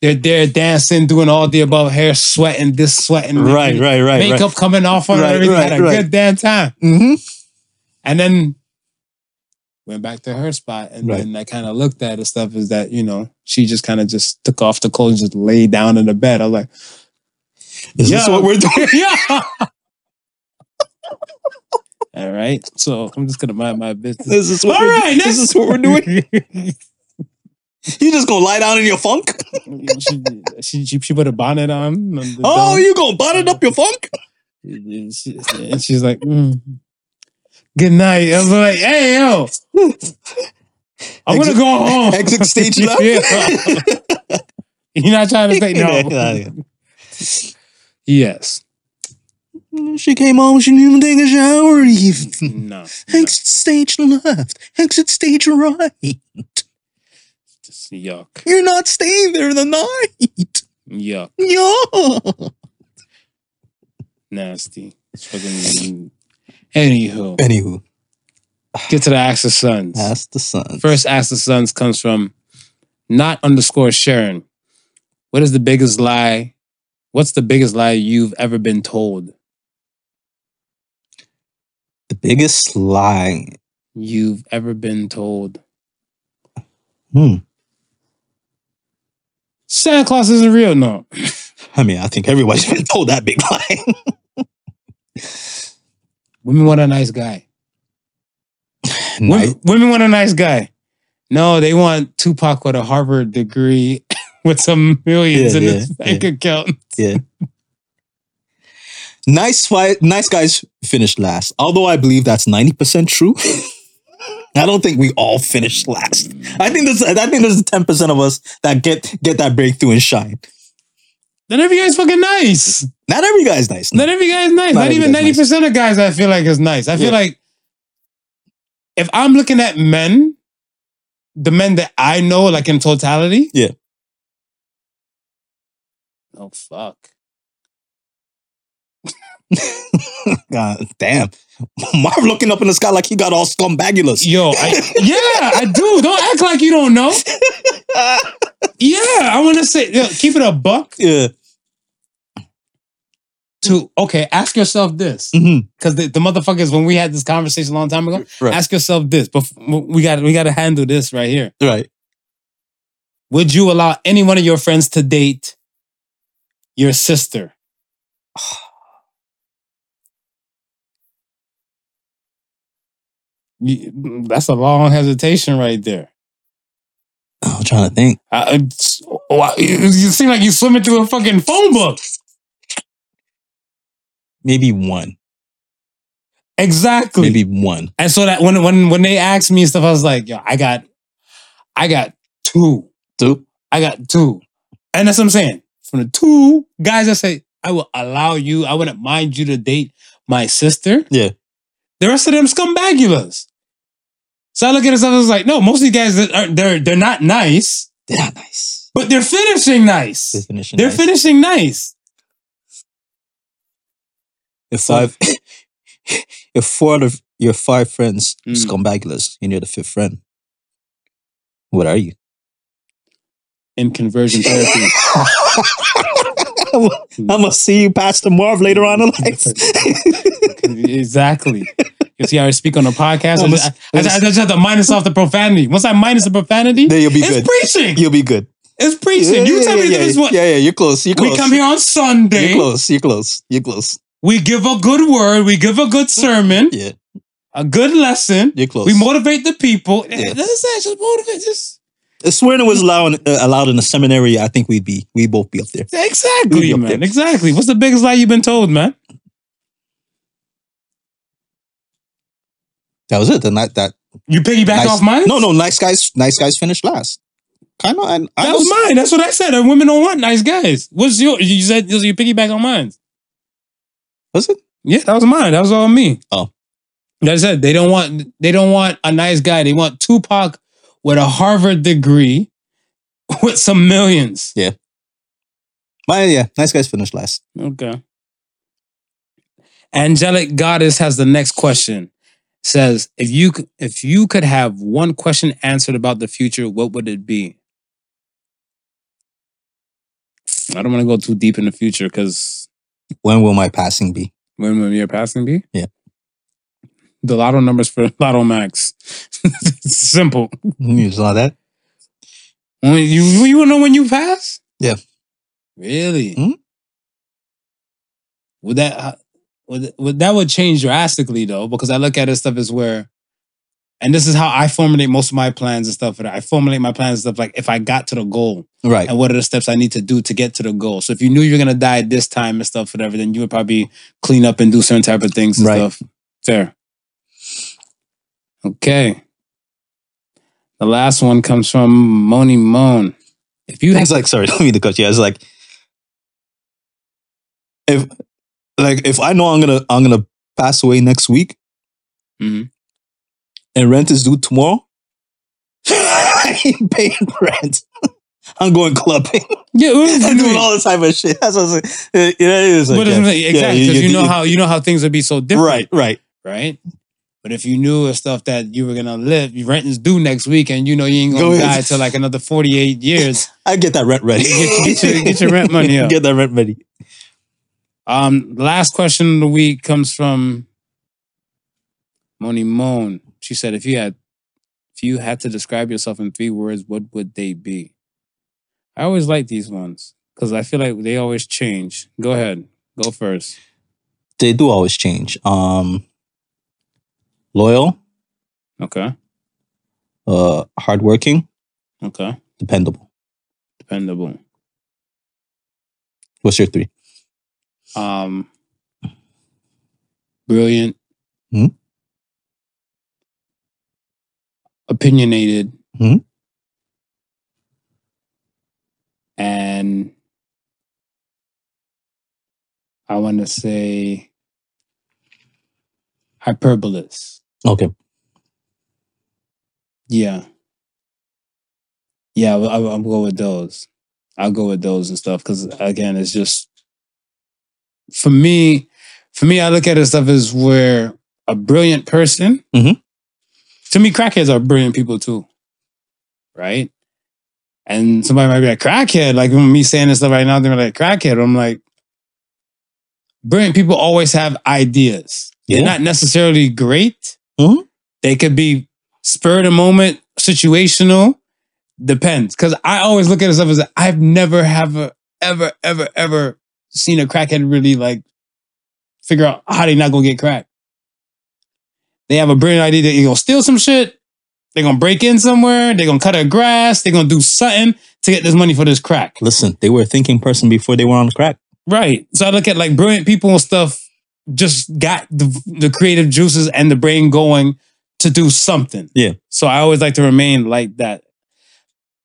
They're there dancing, doing all the above, hair sweating, this sweating, Right, right, right, makeup right. coming off on her, Right, everything. right, had a right. good damn time, Mm-hmm. and then. Went back to her spot, and Right. then I kind of looked at it. Stuff is that you know she just kind of just took off the clothes and just laid down in the bed. I was like, Is this Yeah. what we're doing? yeah. All right. So I'm just gonna mind my business. This is what All we're, right, This next- is what we're doing. You just gonna lie down in your funk? she, she, she she put a bonnet on. on the Oh, dome. you gonna bonnet up your funk? and, she- and she's like, mm. "Good night." I was like, "Hey yo, I'm gonna Exit- go home." Exit stage left. Yeah. You're not trying to say Yeah, no. yes. She came home. She didn't even take a shower. Even. No. no. Exit stage left. Exit stage right. Just yuck. You're not staying there the night. Yuck. Yo. Nasty. It's fucking. Anywho. Anywho, Get to the Ask the Sons. ask the sun. First Ask the Sons comes from not underscore Sharon. What is the biggest lie? What's the biggest lie you've ever been told? The biggest lie. You've ever been told. Hmm. Santa Claus isn't real. No. I mean, I think everybody's been told that big lie. Women want a nice guy. Nice. Women, women want a nice guy. No, they want Tupac with a Harvard degree with some millions Yeah, in yeah, his bank yeah. account. Nice fight. Nice guys finished last. Although I believe that's ninety percent true. I don't think we all finish last. I think there's I think there's ten percent of us that get get that breakthrough and shine. None of you guys fucking nice. Not every guy's nice. Not every guy is nice. Not, Not every even guy's ninety percent of guys. I feel like is nice. I feel Yeah. like if I'm looking at men, the men that I know, like in totality, Yeah. Oh fuck! God damn. Marv looking up in the sky like he got all scumbagulous. Yo, I, yeah, I do. Don't act like you don't know. Yeah, I want to say, yo, keep it a buck. Yeah. To okay, ask yourself this. Mhm. because the, the motherfuckers when we had this conversation a long time ago Right. ask yourself this but we got we got to handle this right here Right. would you allow any one of your friends to date your sister You- mm, that's a long hesitation right there Oh, I'm trying to think. I, I- it's- why- you you seem like you're swimming through a fucking phone book Maybe one. exactly Maybe one. And so that when when when they asked me and stuff, I was like, yo, I got I got two. Two. I got two. And that's what I'm saying. from the two guys that say, I will allow you, I wouldn't mind you to date my sister. Yeah. The rest of them scumbagulas. So I look at this and I was like, no, most of these guys that aren't they're they're not nice, They're not nice. but they're finishing nice. Definition. They're nice. finishing nice. If five, if four out of your five friends Mm. scumbagulous, and you're the fifth friend, what are you? In conversion therapy. Hmm. I'm gonna see you, Pastor Marv, later on in life. exactly. You see how I speak on the podcast? I I'm a- just, I, I- I just have to minus off the profanity. Once I minus the profanity, Then you'll be it's good. preaching. You'll be good. it's preaching. you tell yeah, me yeah, this yeah, one. Yeah, yeah, you're close. You're close. we come here eh? on You're Sunday. close. You're close. You're close. We give a good word. We give a good sermon. Yeah. A good lesson. You're close. We motivate the people. Yeah. That's it. Just motivate. Just if swearing was allowed, uh, allowed in the seminary, I think we'd be we both be up there. We'd exactly, be up man. there. Exactly. What's the biggest lie you've been told, man? That was it. The night that You piggyback nice, off mine? No, no, nice guys. Nice guys finished last. Kind of. I, I That was mine. That's what I said. And women don't want nice guys. What's your? You said you piggyback on mine. Was it? Yeah, that was mine. That was all me. Oh. Like I said, they don't want they don't want a nice guy. They want Tupac with a Harvard degree with some millions. Mine. Yeah. Nice guys finished last. Okay. Angelic Goddess has the next question. Says, if you c- if you could have one question answered about the future, what would it be? I don't want to go too deep in the future because When will my passing be? when when you're passing B? Yeah. The lotto numbers for Lotto Max. Simple. You saw that. When you you wanna know when you pass? Yeah. Really? Mhm. Would that uh, would, would that would change drastically though? Because I look at it stuff as where, and this is how I formulate most of my plans and stuff. For that. I formulate my plans and stuff like if I got to the goal Right. and what are the steps I need to do to get to the goal. So if you knew you were gonna die at this time and stuff, whatever, then you would probably clean up and do certain type of things and Right. stuff. Fair. Okay. The last one comes from Moni Moan. If you It's like sorry, don't mean to cut you. It's like if like if I know I'm gonna I'm gonna pass away next week Mhm. and rent is due tomorrow, I ain't paying rent. I'm going clubbing. yeah, what I'm do you doing mean? all this type of shit. That's what I was like. Yeah, it is like, But yeah. it's- Yeah, exactly because you, know how you know how things would be so different, Right, right. Right. But if you knew of stuff that you were gonna live, your renting's due next week, and you know you ain't gonna Go ahead. die till like another forty eight years. I get that rent ready. Get- get your- get your rent money up. Get that rent ready. Um, last question of the week comes from Moni Moan. She said, "If you had, if you had to describe yourself in three words, what would they be?" I always like these ones because I feel like they always change. Go ahead, go first. They do always change. Um loyal, Okay, uh hardworking, okay, dependable. dependable. What's your three? Um, brilliant. Hmm? Opinionated. Hmm? And I want to say hyperbolous. Okay. Yeah. Yeah, I, I, I'll go with those. I'll go with those and stuff because again, it's just for me. For me, I look at it stuff as where a brilliant person. Mhm. To me, crackheads are brilliant people too, right? And somebody might be like crackhead, like when me saying this stuff right now, they're like crackhead. I'm like, brilliant people always have ideas. Yeah. They're not necessarily great. Mhm. They could be spur of the moment, situational, depends. Because I always look at it stuff as I've never have a, ever ever ever seen a crackhead really like figure out how they not gonna get cracked. They have a brilliant idea that you're gonna steal some shit. They're gonna break in somewhere. They're gonna cut a grass. They're gonna do something to get this money for this crack. Listen, they were a thinking person before they were on the crack. Right. So I look at like brilliant people and stuff just got the, the creative juices and the brain going to do something. Yeah. So I always like to remain like that.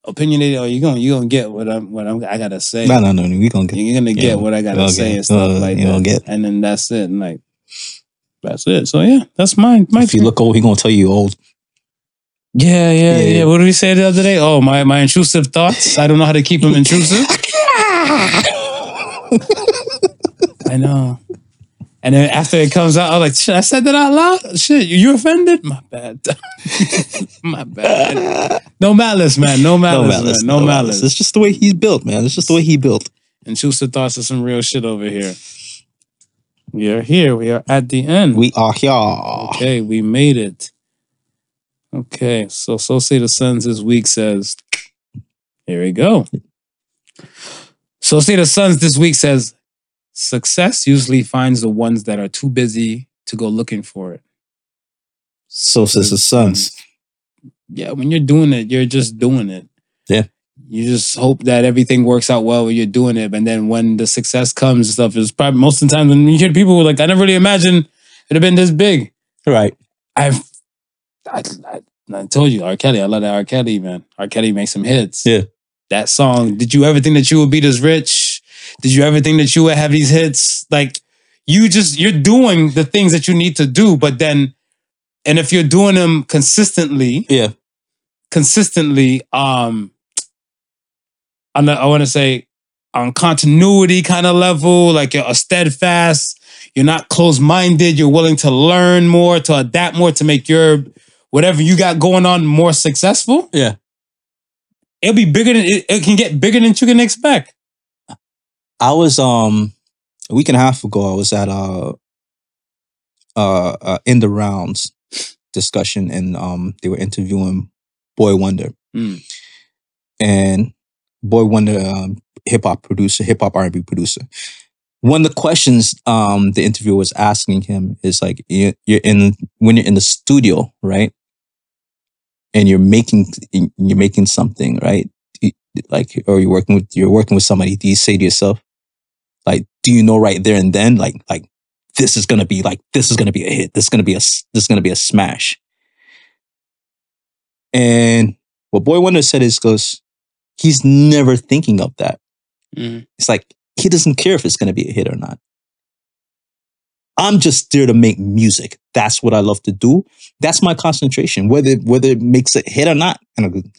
opinionated, or you're gonna you gonna get what I'm what I'm I gotta say. No, no, no. We gonna get. You're gonna get Yeah, what I gotta you'll say get- and stuff uh, like you'll that. get- And then that's it. And like that's it. So yeah, that's mine. My If you look old, he gonna tell you old. Yeah, yeah, Yeah, yeah, yeah. What did we say the other day? Oh, my, my intrusive thoughts. I don't know how to keep them intrusive. I know. And then after it comes out, I'm like, shit, I said that out loud? Shit, you, you offended? My bad. my bad. No malice, man. No No malice. malice. man. no, malice. It's just the way he's built, man. It's just the way he built. Intrusive thoughts is some real shit over here. We are here. We are at the end. We are here. Okay, we made it. Okay, so so say the Suns this week says, here we go. So say the Suns this week says, success usually finds the ones that are too busy to go looking for it. So says the sons. Yeah, when you're doing it, you're just doing it. Yeah. You just hope that everything works out well when you're doing it, and then when the success comes, and stuff is probably most of the time when you hear people who are like, I never really imagined it'd have been this big. Right. I've I, I, I told you R. Kelly. I love that R. Kelly man. R. Kelly makes some hits. Yeah. That song. Did you ever think that you would be this rich? Did you ever think that you would have these hits? Like you just you're doing the things that you need to do, but then and if you're doing them consistently, Yeah. consistently, um, on the, I want to say on continuity kind of level, like you're steadfast you're not closed minded. You're willing to learn more, to adapt more, to make your whatever you got going on more successful. Yeah. It'll be bigger than it, it can get bigger than you can expect. I was um a week and a half ago. I was at uh uh, uh in the rounds discussion, and um they were interviewing Boy Wonder, Mm. and Boy Wonder, um, hip hop producer, hip hop R and B producer. One of the questions um the interviewer was asking him is like you- you're in when you're in the studio, right? And you're making you're making something, right? Like, or you're working with you're working with somebody. Do you say to yourself? like do you know right there and then like like this is gonna be like this is gonna be a hit this is gonna be a s- this is gonna be a smash and what boy wonder said is goes he's never thinking of that it's like he doesn't care if it's gonna be a hit or not i'm just there to make music that's what i love to do that's my concentration whether whether it makes a hit or not and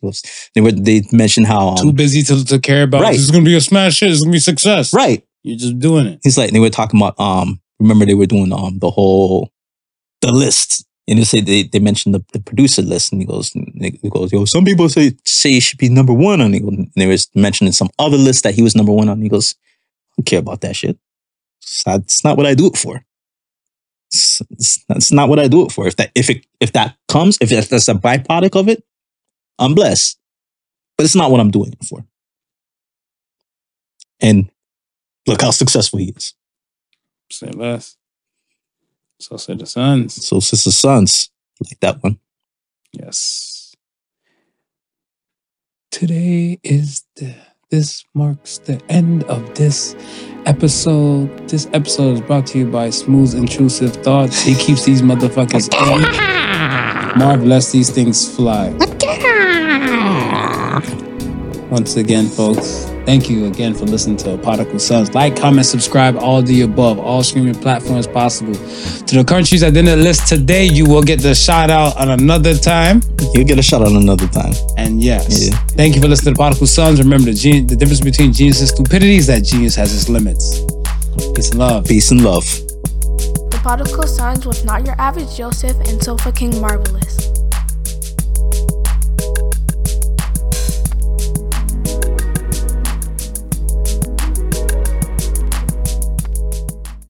they were they mentioned how Too um, busy to, to care about. Right. This is gonna be a smash. Hit. This is gonna be success. right You're just doing it. He's like, they were talking about um remember they were doing um the whole the list. And they say they, they mentioned the, the producer list and he goes and he goes, yo, some people say say it should be number one on it. And they was mentioning some other list that he was number one on. He goes, I don't care about that shit. It's not, it's not what I do it for. It's, it's, not- it's not what I do it for. If that if it if that comes, if that's that's a byproduct of it, I'm blessed. But it's not what I'm doing it for. And look how successful he is. Say less. So say the Suns. So Sister Sons, like that one. Yes. Today is the this marks the end of this episode. This episode is brought to you by Smooth Intrusive Thoughts. He keeps these motherfuckers in. Marv lets these things fly. Once again, folks, thank you again for listening to Particle Sons. Like, comment, subscribe, all the above, all streaming platforms possible. To the countries that didn't list today, you will get the shout out on another time. You'll get a shot on another time. And yes, Yeah. thank you for listening to Particle Sons. Remember, the, gen- the difference between genius and stupidity is that genius has its limits. Peace and love. Peace and love. The Particle Sons was not your average Joseph and so fucking marvelous.